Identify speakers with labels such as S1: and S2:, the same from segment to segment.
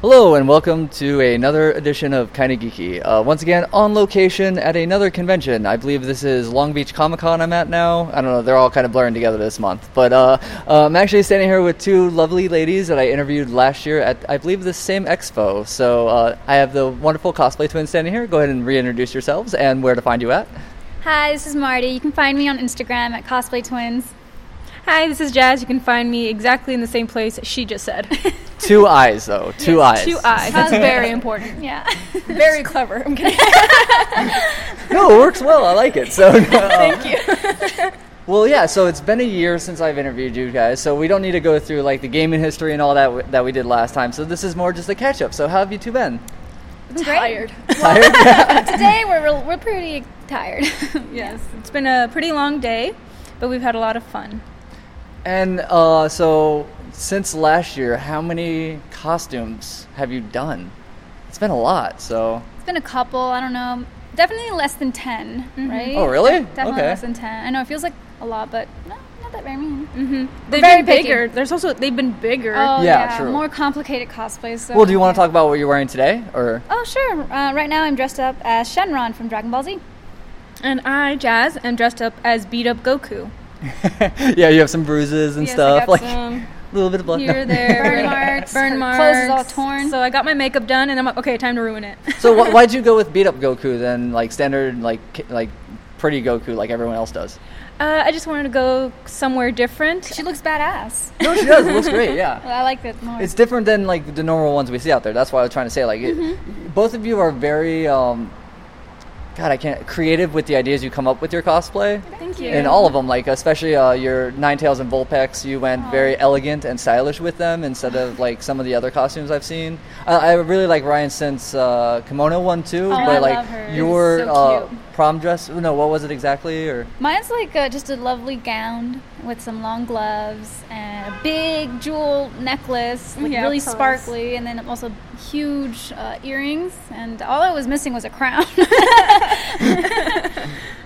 S1: Hello and welcome to another edition of Kinda Geeky. Uh, once again, on location at another convention. I believe this is Long Beach Comic Con I'm at now. I don't know, they're all kind of blurring together this month. But uh, uh, I'm actually standing here with two lovely ladies that I interviewed last year at, I believe, the same expo. So uh, I have the wonderful cosplay twins standing here. Go ahead and reintroduce yourselves and where to find you at.
S2: Hi, this is Marty. You can find me on Instagram at Cosplay Twins.
S3: Hi, this is Jazz. You can find me exactly in the same place she just said.
S1: Two eyes, though. Two eyes.
S3: Two eyes. That's very important.
S2: Yeah.
S3: Very clever. I'm kidding.
S1: no, it works well. I like it. So thank you. well, yeah. So it's been a year since I've interviewed you guys, so we don't need to go through like the gaming history and all that w- that we did last time. So this is more just a catch up. So how have you two been?
S2: Great.
S3: Tired.
S1: Tired?
S2: Today we're, real- we're pretty tired.
S3: Yes. It's been a pretty long day, but we've had a lot of fun.
S1: and uh, so since last year, how many costumes have you done? It's been a lot. So
S2: It's been a couple, I don't know, definitely less than 10,
S3: Mm-hmm.
S2: right?
S1: Oh, really?
S2: Definitely
S1: Okay.
S2: less than 10. I know it feels like a lot, but no, not that very many.
S3: Mm-hmm. They've
S2: very
S3: been bigger.
S2: picky.
S3: There's also they've been bigger.
S1: Yeah,
S2: Oh, yeah,
S1: true.
S2: more complicated cosplays. So,
S1: well, do you want to
S2: yeah.
S1: talk about what you're wearing today, or?
S2: Oh, sure. Uh, right now I'm dressed up as Shenron from Dragon Ball Z.
S3: And I, Jazz, am dressed up as beat up Goku.
S1: yeah, you have some bruises and
S3: Yes, I
S1: stuff,
S3: got
S1: like
S3: some
S1: a little bit of blood.
S3: here, there,
S2: Burn marks,
S3: burn
S2: her
S3: marks.
S2: clothes is all torn.
S3: So I got my makeup done, and I'm like, okay, time to ruin it.
S1: So wh- why'd you go with beat up Goku then, like standard, like ki- like pretty Goku, like everyone else does?
S3: Uh, I just wanted to go somewhere different.
S2: She looks badass.
S1: No, she does. It looks great. Yeah,
S2: Well, I like that more.
S1: it's different than like the normal ones we see out there. That's why I was trying to say, like, it, both of you are very, um, God, I can't creative with the ideas you come up with your cosplay.
S3: Thank
S2: you.
S1: And all of them, like especially uh, your Ninetales and Vulpix, you went very elegant and stylish with them instead of like some of the other costumes I've seen. I, I really like Ryan Scent's uh, kimono one too,
S3: Oh,
S2: I
S1: but
S2: love
S1: like
S2: her.
S1: your
S3: So
S1: uh,
S3: cute.
S1: prom dress. No, what was it exactly? Or
S2: Mine's like uh, just a lovely gown with some long gloves and a big jewel necklace, like
S3: Yeah,
S2: really
S3: pearls.
S2: sparkly, and then also huge uh, earrings. And all I was missing was a crown.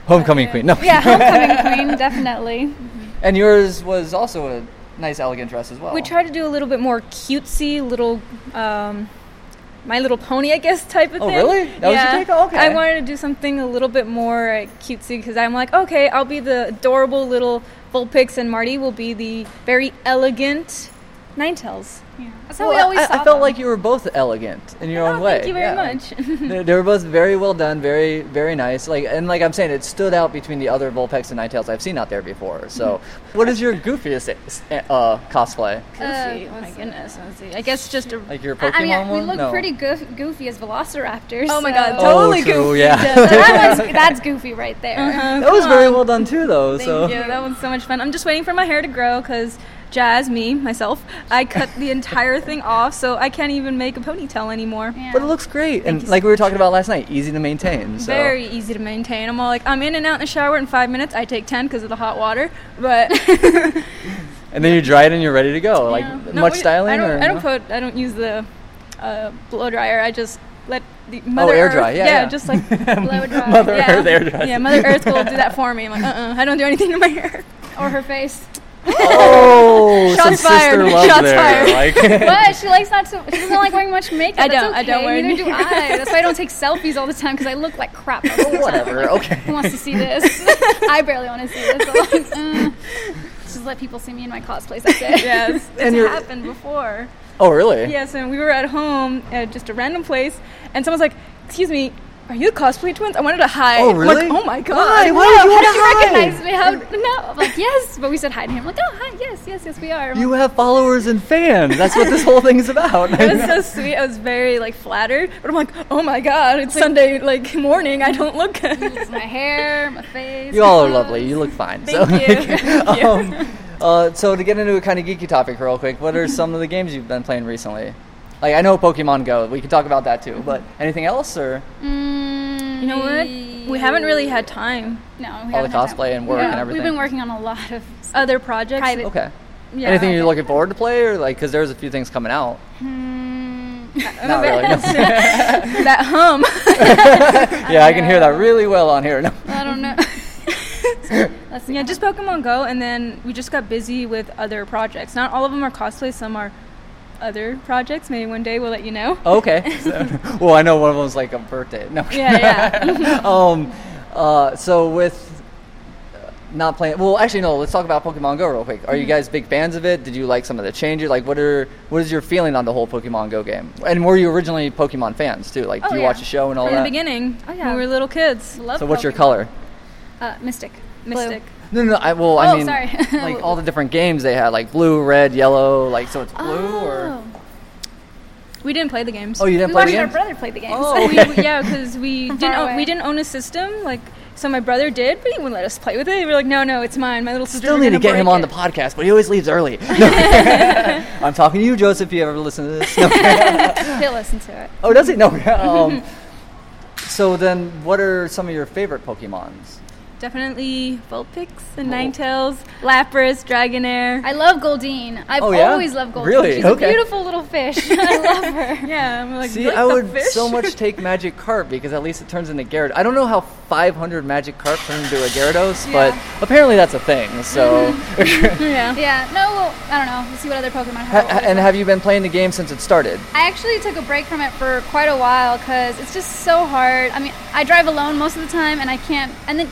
S1: homecoming queen? No.
S2: yeah, homecoming queen, definitely.
S1: And yours was also a nice, elegant dress as well.
S3: We tried to do a little bit more cutesy little um, My Little Pony, I guess, type of
S1: Oh,
S3: thing.
S1: really? That was your take? Oh, okay.
S3: I wanted to do something a little bit more uh, cutesy because I'm like, okay, I'll be the adorable little Vulpix, and Marty will be the very elegant Ninetales.
S2: Yeah. That's how
S1: Well,
S2: we always
S1: I, I
S2: saw
S1: felt like you were both elegant in your
S3: Oh,
S1: own way.
S3: Thank you very
S1: yeah.
S3: much.
S1: they, they were both very well done, very very nice. Like and like I'm saying, it stood out between the other Vulpix and Ninetales I've seen out there before. So,
S3: Mm-hmm.
S1: what is your goofiest uh, cosplay?
S2: Goofy,
S3: Oh my goodness. Let's see. I guess just a.
S1: Like your
S2: I-
S1: Pokemon
S2: I mean, we
S1: one?
S2: look
S1: no.
S2: pretty goof- goofy as velociraptors.
S3: Oh my
S2: so-
S3: God,
S1: Oh,
S3: totally
S1: true,
S3: goofy.
S1: yeah.
S2: So that one's, that's goofy right there.
S1: That was very well done too, though.
S3: Thank
S1: so
S3: you. That was so much fun. I'm just waiting for my hair to grow because Jazz, me, myself, I cut the entire thing off, so I can't even make a ponytail anymore.
S2: Yeah.
S1: But it looks great, and
S3: you
S1: like we were talking about last night, easy to maintain. So.
S3: Very easy to maintain. I'm all like, I'm in and out in the shower in five minutes. I take ten because of the hot water, but
S1: And then you dry it and you're ready to go. Like
S3: No,
S1: much
S3: we-
S1: styling
S3: I don't,
S1: or
S3: I don't
S1: no?
S3: put. I don't use the uh, blow dryer. I just let the mother
S1: Oh, air
S3: Earth-
S1: dry. Yeah, yeah.
S3: just like
S2: Blow dry.
S1: Mother
S3: yeah.
S1: Earth air dry.
S3: Yeah, Mother Earth will do that for me. I'm like, uh, uh I don't do anything to my hair.
S2: Or her face.
S1: Oh, some
S3: Shots
S1: sister
S3: fired.
S1: love
S3: Shots
S1: there. Like,
S2: But she likes not to. She doesn't like wearing much makeup.
S3: I
S2: That's
S3: don't- I don't
S2: okay.
S3: wear
S2: Neither do
S3: any-
S2: I. That's why I don't take selfies all the time because I look like crap. all the time.
S1: whatever. Okay.
S2: Who wants to see this? I barely want to see this. I'm like, mm. Just let people see me in my cosplays. That's it.
S3: Yes,
S1: And
S3: it's
S1: you're-
S3: happened before.
S1: Oh, really?
S3: Yes, and we were at home at just a random place, and someone's like, "Excuse me, are you the cosplay twins?" I wanted to hide.
S1: Oh,
S3: I'm like,
S1: really?
S3: oh my god!
S1: Why? Why
S3: no."
S1: did you
S2: How
S1: want
S2: did
S1: to
S2: you
S1: hide?
S2: recognize me? How? No. I'm like, yes. But we said hi to him. I'm like, oh, hi. Yes, yes, yes, we are. I'm
S1: You have followers and fans. That's what this whole thing's about.
S3: It was so sweet. I was very like flattered, but I'm like, oh my god! It's Sunday like morning. I don't look good.
S2: like, my hair, my face.
S1: you
S2: my
S1: all are
S2: clothes.
S1: lovely. You look fine.
S3: Thank you.
S1: so, um, uh, so to get into a kind of geeky topic real quick, what are some of the games you've been playing recently? Like I know Pokemon Go. We can talk about that too. But anything else or
S2: Mm,
S3: You know what? We haven't really had time.
S2: No, we
S1: all the
S2: haven't had time.
S1: cosplay and work
S3: Yeah,
S1: and
S3: we've
S1: everything?
S2: We've been working on a lot of.
S3: Other projects.
S2: Private.
S1: Okay.
S3: Yeah.
S1: anything you're looking forward to play or like because there's a few things coming out.
S2: Hmm.
S1: Not really. no.
S3: that um, hum.
S1: yeah, I can hear that really well on here. No.
S2: I don't know. Let's see.
S3: yeah, just Pokemon Go, and then we just got busy with other projects. Not all of them are cosplay. Some are other projects. Maybe one day we'll let you know.
S1: Oh, Okay. So- well, I know one of them's like a birthday. No.
S3: Yeah, yeah.
S1: um, uh, so with uh, not playing, well, actually, no. Let's talk about Pokemon Go real quick. Are you guys big fans of it? Did you like some of the changes? Like, what are what is your feeling on the whole Pokemon Go game? And were you originally Pokemon fans too? Like,
S3: Oh,
S1: do you
S3: yeah.
S1: watch the show and all
S3: From
S1: that?
S3: the beginning,
S2: Oh, yeah.
S3: when we were little kids.
S2: Love
S1: So, what's your
S2: Pokemon.
S1: color?
S2: Uh, Mystic.
S3: Mystic.
S1: No,
S2: Blue.
S1: no. I, well, I
S2: Oh,
S1: mean,
S2: sorry.
S1: like all the different games they had, like blue, red, yellow. Like, so it's blue or
S2: Oh.
S3: We didn't play the games.
S1: oh, you didn't
S2: We
S1: play the
S2: watched our
S1: games.
S2: brother play the games.
S1: Oh.
S3: We- we- yeah, because we
S2: From
S3: didn't
S2: far
S3: own,
S2: away.
S3: we didn't own a system. Like, so my brother did, but he wouldn't let us play with it. We were like, no, no, it's mine. My little sister.
S1: Still need to get him on the podcast, but he always leaves early. No. I'm talking to you, Joseph. If you ever listen to this. No.
S2: He'll listen to it.
S1: Oh, does it? No. um, so then, what are some of your favorite Pokemons?
S3: Definitely Vulpix and
S1: Oh.
S3: Ninetales, Lapras, Dragonair.
S2: I love Goldine. I've
S1: Oh, yeah?
S2: always loved Goldine.
S1: Really?
S2: She's
S1: Okay.
S2: a beautiful little fish. I love her.
S3: yeah, I'm like,
S1: See,
S3: you like
S1: I
S3: the
S1: would
S3: fish?
S1: so much take Magic Carp because at least it turns into Gyarados. I don't know how 500 Magic Carp turned into a Gyarados, but apparently that's a thing. So,
S3: Mm-hmm. yeah.
S2: Yeah. No, well, I don't know. We'll see what other Pokemon
S1: Ha-
S2: have.
S1: ha- and have you been playing the game since it started?
S2: I actually took a break from it for quite a while because it's just so hard. I mean, I drive alone most of the time, and I can't. And then,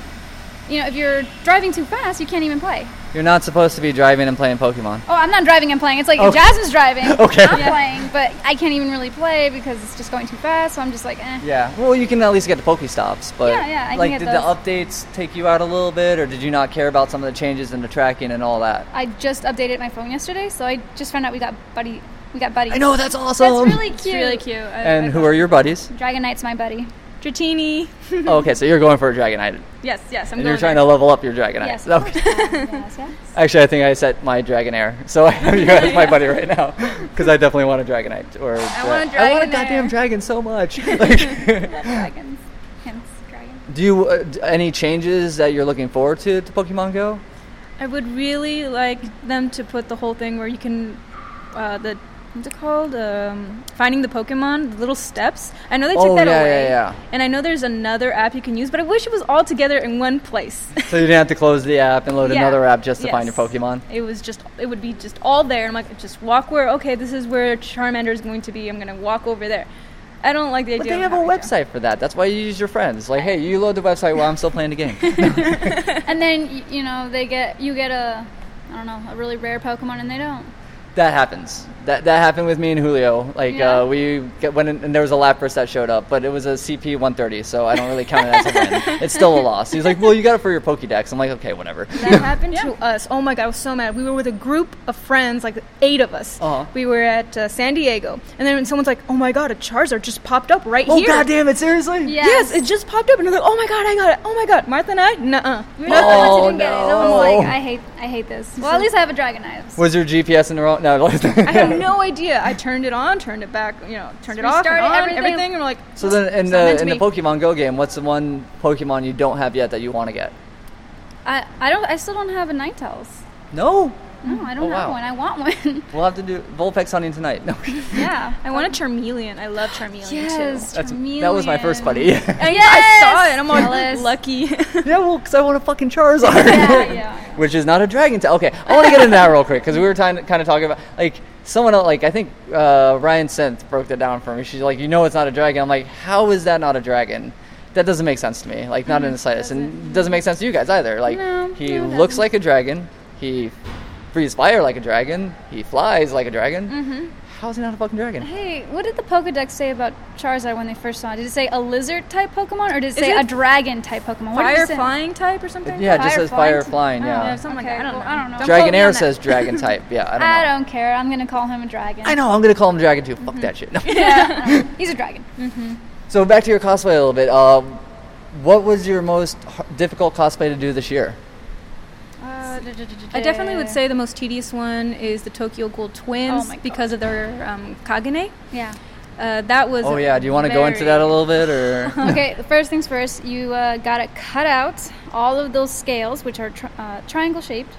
S2: you know, if you're driving too fast, you can't even play.
S1: You're not supposed to be driving and playing Pokemon.
S2: Oh, I'm not driving. I'm playing. It's like
S1: Okay.
S2: Jasmine's driving.
S1: Okay.
S2: I'm
S1: Yeah.
S2: playing, but I can't even really play because it's just going too fast. So I'm just like, eh.
S1: Yeah. Well, you can at least get the Pokestops, but
S2: Yeah, yeah, I can
S1: like,
S2: get
S1: did
S2: those.
S1: the updates take you out a little bit, or did you not care about some of the changes in the tracking and all that?
S2: I just updated my phone yesterday, so I just found out we got buddy. We got buddies.
S1: I know that's awesome.
S2: That's really cute.
S3: It's really cute. I,
S1: And who are your buddies?
S2: Dragon Knight's my buddy.
S3: Dratini.
S1: Oh, okay, so you're going for a Dragonite.
S3: yes, yes. I'm
S1: And
S3: going
S1: you're trying
S3: there.
S1: to level up your Dragonite.
S2: Yes. of
S1: Okay.
S2: course. yes, yes.
S1: Actually, I think I set my Dragonair, so I have you as my buddy right now because I definitely want a Dragonite. Or I
S3: want a
S1: I want a
S3: Dragonair.
S1: goddamn dragon so much. Like,
S2: Dragons. Hence, dragon.
S1: do you uh, d- any changes that you're looking forward to to Pokemon Go?
S3: I would really like them to put the whole thing where you can, uh, the what's it called? Um, finding the Pokemon, the little steps. I know they took
S1: Oh,
S3: that
S1: yeah,
S3: away.
S1: yeah, yeah.
S3: And I know there's another app you can use, but I wish it was all together in one place.
S1: So you didn't have to close the app and load
S3: Yeah.
S1: another app just to find your
S3: Yes.
S1: Pokemon.
S3: It was just, it would be just all there. I'm like, just walk where. Okay, this is where Charmander is going to be. I'm gonna walk over there. I don't like the
S1: But they
S3: idea. of
S1: have a
S3: having to-
S1: website for that. That's why you use your friends. Like, hey, you load the website while I'm still playing the game.
S2: And then y- you know they get you get a I don't know a really rare Pokemon and they don't.
S1: That happens. That that happened with me and Julio. Like
S2: Yeah.
S1: uh, we get, went in, and there was a Lapras that showed up, but it was a CP 130, so I don't really count it as a win. It's still a loss. He's like, "Well, you got it for your Pokédex." I'm like, "Okay, whatever."
S3: That happened to us. Oh my god, I was so mad. We were with a group of friends, like eight of us.
S1: Uh-huh.
S3: We were at uh, San Diego, and then someone's like, "Oh my god, a Charizard just popped up right
S1: Oh
S3: here."
S1: God damn it! Seriously?
S2: Yeah.
S3: Yes. it just popped up, and I was like, "Oh my god, I got it! Oh my god!" Martha and I, nuh-uh.
S2: We were the ones who
S1: Oh,
S2: didn't get it.
S1: no.
S2: No one's like I hate I hate this. Well, at least I have a Dragonite.
S1: Was your GPS in the wrong? No.
S3: I had no idea. I turned it on, turned it back, you know, turned it off, and
S2: Restarted
S3: on,
S2: everything.
S3: everything. and we're like,
S1: so then, in
S3: It's not meant
S1: the
S3: to
S1: in the
S3: be.
S1: Pokemon Go game, what's the one Pokemon you don't have yet that you want to get?
S2: I I don't I still don't have a Ninetales.
S1: No.
S2: No, I don't
S1: Oh,
S2: have
S1: wow.
S2: one. I want one.
S1: We'll have to do Vulpix hunting tonight. No.
S2: yeah.
S3: I want a Charmeleon. I love Charmeleon
S2: Yes.
S3: too.
S1: That's, that was my first buddy. yeah,
S3: And
S2: Yes!
S3: I saw it. and I'm like,
S2: Jealous.
S3: lucky.
S1: well, because I want a fucking Charizard.
S2: yeah, yeah.
S1: which is not a dragon tail. Okay, I want to get into that real quick because we were kind of talking about like someone else, like I think uh, Ryan Synth broke that down for me. She's like, you know, it's not a dragon. I'm like, how is that not a dragon? That doesn't make sense to me. Like, not in the slightest, and it doesn't make sense to you guys either. Like,
S2: No,
S1: he
S2: no, it
S1: looks
S2: doesn't.
S1: like a dragon. He breathes fire like a dragon. He flies like a dragon. Mm-hmm. How is he not a fucking dragon?
S2: Hey, what did the Pokedex say about Charizard when they first saw it? Did it say a lizard type Pokemon or did it say
S3: it
S2: a dragon type Pokemon? What did
S3: Fire
S2: it say?
S3: flying type or something.
S1: Yeah, it just says fire
S2: Fire
S1: flying.
S2: flying?
S3: Yeah,
S1: Yeah,
S3: something
S2: Okay,
S3: like that. I don't
S2: well,
S3: know.
S2: I don't know.
S3: quote
S1: Dragon
S3: me
S1: Air
S3: on that.
S1: says dragon type. Yeah, I don't know.
S2: I don't care. I'm gonna call him a dragon.
S1: I know. I'm gonna call him dragon too. Fuck that shit. No.
S2: Yeah, I know. he's a dragon.
S1: So back to your cosplay a little bit. Uh, what was your most h- difficult cosplay to do this year?
S3: Uh, I definitely would say the most tedious one is the Tokyo Ghoul twins
S2: Oh my God.
S3: because of their um, Kagane.
S2: Yeah.
S3: Uh, that was.
S1: Oh
S3: a
S1: yeah, do you want to go into
S3: very-
S1: that a little bit or?
S2: Okay. First things first.
S3: Mm-hmm.
S2: You uh, gotta cut out all of those scales, which are tri- uh, triangle shaped,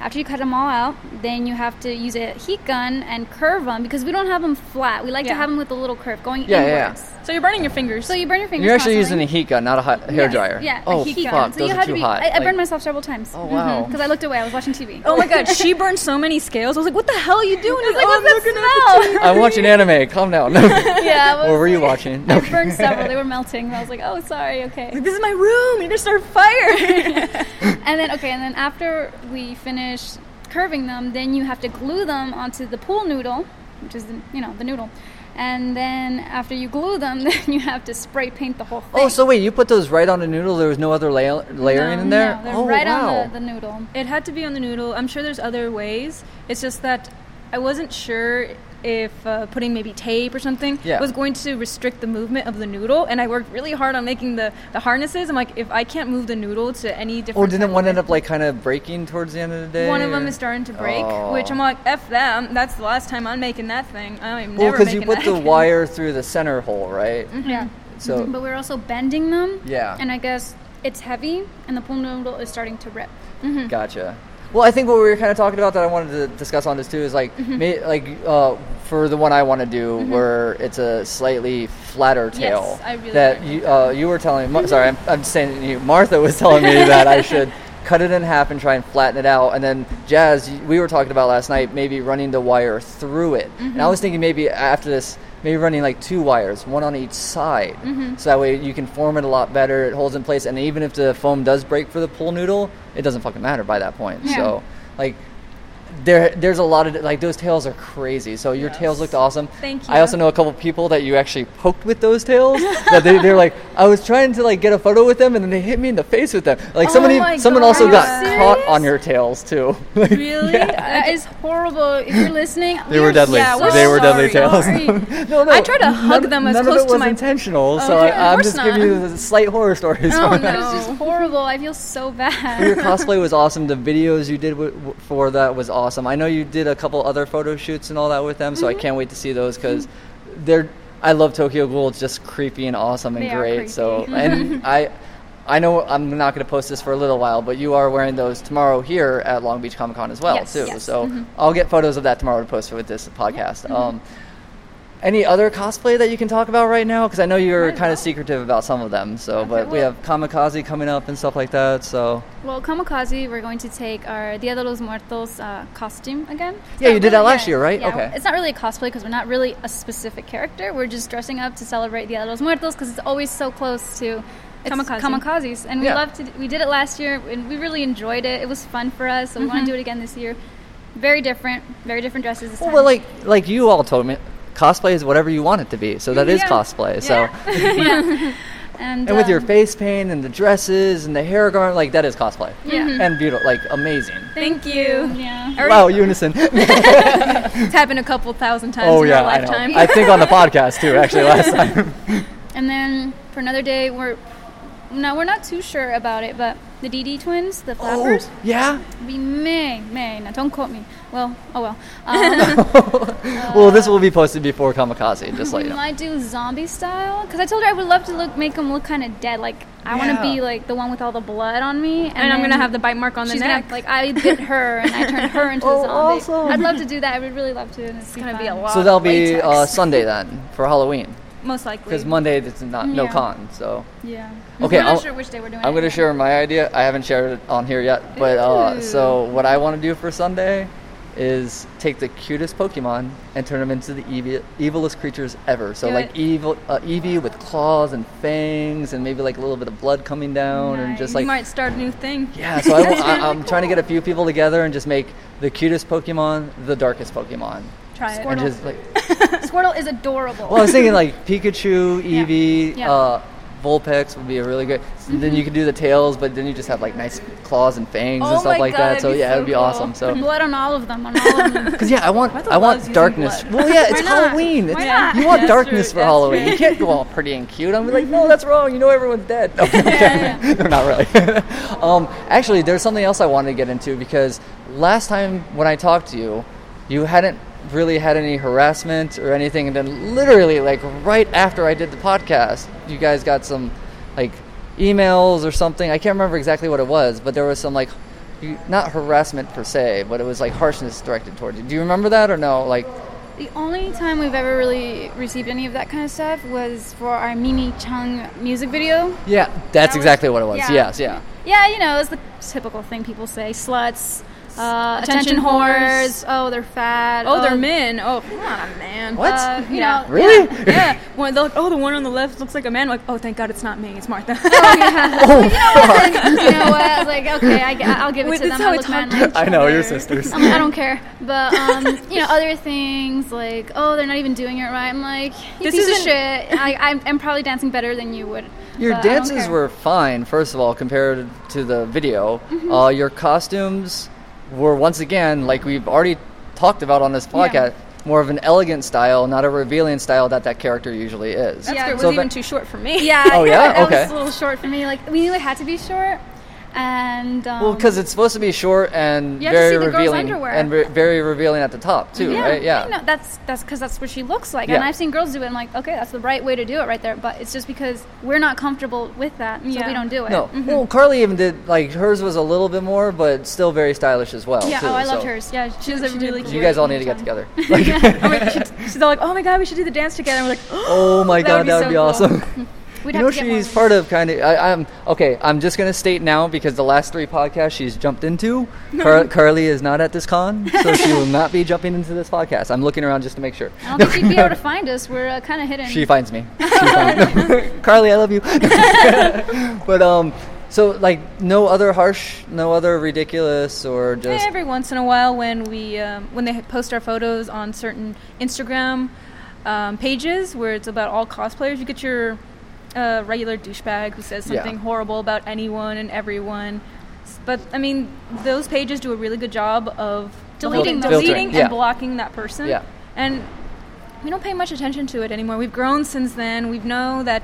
S2: After you cut them all out, then you have to use a heat gun and curve them because we don't have them flat. We like
S3: Yeah.
S2: to have them with a little curve going
S1: Yeah, yeah, yeah.
S2: inwards.
S3: So you're burning your fingers.
S2: So you burn your fingers.
S1: You're actually using
S2: constantly.
S1: a heat gun, not a hot hair
S2: Yes,
S1: dryer.
S2: Yeah,
S1: Oh
S2: a heat
S1: fuck,
S2: gun. So
S1: those
S2: you
S1: are
S2: had
S1: too
S2: to be.
S1: hot.
S2: I, I
S1: Like-
S2: burned myself several times.
S1: Oh, wow.
S2: Because I looked away. I was watching TV.
S3: oh my god, she burned so many scales. I was like, what the hell are you doing?
S2: I was like,
S3: Oh, I'm
S2: what's
S3: looking at
S2: that
S3: the
S2: smell?
S3: TV.
S1: I'm watching anime. Calm down.
S2: yeah. Oh, I
S1: What were
S2: was-
S1: you watching?
S2: I burned several. They were melting. I was like, oh, sorry, okay.
S3: Like, this is my room. You're gonna start a fire.
S2: And then, okay, and then after we finish curving them, then you have to glue them onto the pool noodle, which is, the, you know, the noodle. And then after you glue them, then you have to spray paint the whole thing.
S1: Oh, so wait, you put those right on a noodle? There was no other layer layering
S3: No,
S1: in there?
S2: No, Um, they're
S1: oh,
S2: right
S1: wow.
S2: on the, the noodle.
S3: it had to be on the noodle. I'm sure there's other ways. It's just that I wasn't sure if uh, putting maybe tape or something
S1: Yeah.
S3: was going to restrict the movement of the noodle. And I worked really hard on making the, the harnesses. I'm like, if I can't move the noodle to any different.
S1: or Oh, didn't
S3: type
S1: one
S3: of
S1: end up like kind of breaking towards the end of the day?
S3: One of them
S1: or-
S3: is starting to break,
S1: Oh.
S3: which I'm like, f them. That's the last time I'm making that thing. I'm
S1: Well,
S3: never making
S1: you put
S3: that
S1: the
S3: again.
S1: wire through the center hole, right?
S2: Yeah.
S1: So-
S2: but we're also bending them.
S1: Yeah.
S2: And I guess it's heavy, and the pool noodle is starting to rip.
S3: Mm-hmm.
S1: Gotcha. Well, I think what we were kind of talking about that I wanted to discuss on this too is like,
S3: Mm-hmm.
S1: may, like uh, for the one I want to do, where it's a slightly flatter tail.
S3: I really
S1: that
S3: like
S1: you, uh, you were telling. Ma- sorry, I'm, I'm saying you. Martha was telling me that I should cut it in half and try and flatten it out. And then Jazz, y- we were talking about last night, maybe running the wire through it. And I was thinking maybe after this. Maybe running like two wires, one on each side, so that way you can form it a lot better. It holds in place, and even if the foam does break for the pool noodle, it doesn't fucking matter by that point.
S2: Yeah.
S1: So, like, there, there's a lot of like those tails are crazy. So your tails looked awesome.
S3: Thank
S1: I
S3: you.
S1: also know a couple people that you actually poked with those tails. that they, they're like, I was trying to like get a photo with them, and then they hit me in the face with them. Like
S3: Oh
S1: somebody,
S3: my
S1: someone
S3: God.
S1: also
S3: Are you
S1: got
S2: serious?
S1: caught on your tails too. Like,
S3: Really?
S2: That is horrible. If you're listening,
S1: They were deadly.
S3: yeah, we're
S1: they were
S3: sorry.
S1: deadly tails.
S2: Sorry.
S1: no, no.
S3: I tried to hug
S1: none-
S3: them as
S1: none
S3: close
S1: of it
S3: to
S1: was
S3: my- Oh,
S1: intentional. so
S3: yeah, of
S1: I, I'm
S3: course
S1: just giving you the slight horror stories.
S3: Oh,
S1: on
S2: It
S1: that.
S2: was just
S3: No.
S2: horrible. I feel so
S1: Your
S2: bad.
S1: cosplay was awesome. The videos you did w- w- for that was awesome. I know you did a couple other photo shoots and all that with them, so
S2: Mm-hmm.
S1: I can't wait to see those because they're. I love Tokyo Ghoul. It's just creepy and awesome and
S2: They are
S1: great.
S2: creepy.
S1: So and I. I know I'm not going to post this for a little while, but you are wearing those tomorrow here at Long Beach Comic Con as well,
S2: Yes,
S1: too.
S2: yes. Mm-hmm.
S1: So I'll get photos of that tomorrow to post with this podcast. Um, any other cosplay that you can talk about right now? Because I know you're kind of secretive about some of them. So, but we
S2: well-
S1: have Kamikaze coming up and stuff like that. So
S2: well, Kamikaze, we're going to take our Dia de los Muertos uh, costume again. It's
S1: Yeah,
S2: not
S1: you did that
S2: really
S1: last
S2: a-
S1: year, right?
S2: Yeah,
S1: Okay.
S2: It's not really a cosplay because we're not really a specific character. We're just dressing up to celebrate Dia de los Muertos because it's always so close to. it's
S3: Kamikaze.
S2: Kamikazes, and we
S1: Yeah.
S2: love to. d- We did it last year, and we really enjoyed it. It was fun for us, so we
S1: Mm-hmm.
S2: want to do it again this year. Very different, very different dresses. This
S1: Well,
S2: time.
S1: well, like like you all told me, cosplay is whatever you want it to be. So that is
S2: Yeah.
S1: cosplay. So
S2: and,
S1: and with your
S2: um,
S1: face paint and the dresses and the hair garment, like that is cosplay.
S2: Yeah.
S1: And beautiful, like amazing.
S3: Uh, Thank you.
S2: um, yeah.
S3: I already
S1: Wow, unison.
S3: It's happened a couple thousand times
S1: oh
S3: in
S1: yeah,
S3: our
S1: I know.
S3: lifetime.
S1: I think on the podcast too, actually last time.
S2: And then for another day, we're no, we're not too sure about it, but the DD twins, the
S1: Oh,
S2: flappers,
S1: yeah.
S2: we may, may. Now don't quote me. Well, oh well. Um,
S1: well, this will be posted before Kamikaze, just like
S2: we
S1: you know.
S2: might do zombie style because I told her I would love to look, make them look kind of dead. Like I want
S1: Yeah.
S2: to be like the one with all the blood on me, and,
S3: and, I'm
S2: then
S3: gonna have the bite mark on the
S2: she's
S3: neck.
S2: Gonna, like I bit her and I turned her into
S1: Oh,
S2: a zombie.
S1: awesome.
S2: I'd love to do that. I would really love to. And it's,
S3: gonna be a
S2: fun.
S3: lot.
S1: So that'll be
S3: Latex.
S1: uh, Sunday then for Halloween,
S3: most likely.
S1: because Monday it's not no
S2: Yeah.
S1: con. So
S2: Yeah.
S1: Okay,
S2: I'm not
S1: I'll-
S2: sure which day we're doing.
S1: I'm
S2: it.
S1: going to share my idea. I haven't shared it on here yet, but uh,
S3: Ooh.
S1: so what I want to do for Sunday is take the cutest Pokemon and turn them into the evil, evilest creatures ever. So
S3: Do
S1: like
S3: it.
S1: evil uh, Eevee with claws and fangs and maybe like a little bit of blood coming down and just
S3: you
S1: like
S3: might start a new thing.
S1: yeah. So I, am trying to get a few people together and just make the cutest Pokemon the darkest Pokemon.
S3: Try it.
S1: And just like
S2: Squirtle is adorable.
S1: well, I was thinking like Pikachu, Eevee,
S2: Yeah.
S1: Uh, Vulpix would be a really good. so
S3: Mm-hmm.
S1: Then you could do the tails, but then you just have like nice claws and fangs and
S3: Oh
S1: stuff
S3: my
S1: like
S3: God,
S1: that.
S3: that'd
S1: So
S3: be
S1: yeah,
S3: so
S1: it would be
S3: cool.
S1: awesome. So
S2: blood on all of them. On all of them.
S1: because yeah, I want
S3: Martha
S1: I
S3: loves
S1: want
S3: using
S1: darkness.
S3: blood.
S1: Well, yeah, it's
S2: Why not?
S1: Halloween. It's,
S2: Why not?
S1: You want
S3: That's
S1: darkness
S3: true,
S1: for
S3: that's
S1: Halloween.
S3: true.
S1: You can't go all pretty and cute. I'm like, no, that's wrong. You know everyone's dead. No, no, not really. um, actually, there's something else I wanted to get into because last time when I talked to you, you hadn't really had any harassment or anything, and then literally like right after I did the podcast, you guys got some like emails or something. I can't remember exactly what it was, but there was some like you, not harassment per se, but it was like harshness directed towards you. Do you remember that or no? Like,
S2: The only time we've ever really received any of that kind of stuff was for our Mimi Chung music video.
S1: yeah, that's
S2: That was-
S1: exactly what it was.
S2: yeah. Uh,
S1: Yes, yeah.
S2: Yeah, you know, it's the typical thing people say: sluts, uh, attention,
S3: attention
S2: whores.
S3: whores.
S2: Oh, they're fat. Um,
S3: Oh, they're men. Oh, come on, man.
S1: Um, What?
S2: Uh, you
S3: Yeah.
S2: know,
S1: really?
S3: Yeah. One, they're like, oh, the one on the left looks like a man. Like, oh, thank God it's not me. It's Martha.
S1: Oh,
S2: you know what? I was like, okay, I, will give it
S3: Wait,
S2: to
S3: that's
S2: them.
S3: how
S2: I
S3: we
S2: look
S3: talk.
S2: manly.
S1: I know your sisters.
S2: I'm like, I don't care. But um, you know, other things like, oh, they're not even doing it right. I'm like, you
S3: This
S2: piece of
S3: isn't-
S2: shit. I, I'm, I'm probably dancing better than you would.
S1: Your
S2: but I don't
S1: dances
S2: care.
S1: were fine, first of all, compared to the video.
S2: Mm-hmm.
S1: Uh, your costumes were once again, like we've already talked about on this podcast, more of an elegant style, not a revealing style that that character usually is.
S3: That's
S2: Yeah.
S3: good. It was
S1: So
S3: even
S1: that-
S3: too short for me.
S2: Yeah.
S1: Oh, yeah?
S2: It
S1: Okay.
S2: was a little short for me. Like we knew it had to be short, and um,
S1: Well, because it's supposed to be short and
S2: You have to
S1: very
S2: see the girl's
S1: revealing,
S2: underwear.
S1: and re- very revealing at the top too, right?
S2: I know. that's that's because that's what she looks like, and
S1: Yeah.
S2: I've seen girls do it. and like, okay, that's the right way to do it right there. But it's just because we're not comfortable with that, so
S3: Yeah.
S2: we don't do it. Mm-hmm.
S1: No, well, Carly even did like hers was a little bit more, but still very stylish as well.
S2: Yeah.
S1: too,
S2: oh, I loved
S1: so
S2: hers. Yeah, she was a
S3: she did
S2: really.
S3: look
S1: You
S2: cute
S1: guys all need to
S2: Mimi
S1: get
S2: Chung.
S1: together.
S3: I'm like, she- she's all like, oh my God, we should do the dance together. And we're like,
S1: oh my
S3: That
S1: god,
S3: would be
S1: that would
S3: so
S1: be
S3: cool.
S1: awesome.
S2: We'd
S1: you
S2: have
S1: know
S2: to get more
S1: she's
S2: women.
S1: part of kind of. I, I'm okay. I'm just gonna state now because the last three podcasts she's jumped into, Car- Carly is not at this con, so she will not be jumping into this podcast. I'm looking around just to make sure.
S3: Oh,
S2: I don't think she'd be able to find us. We're uh, kind of hidden.
S1: She finds me. She finds me. Carly, I love you. but um, so like no other harsh, no other ridiculous or just
S3: Every once in a while, when we um, when they post our photos on certain Instagram um, pages where it's about all cosplayers, you get your uh, regular douchebag who says
S1: Yeah.
S3: something horrible about anyone and everyone. S- But I mean, those pages do a really good job of
S2: Deleting
S3: blocking-
S2: those.
S3: deleting and
S1: Filtering, yeah.
S3: blocking that person.
S1: Yeah.
S3: And we don't pay much attention to it anymore. We've grown since then. We know that.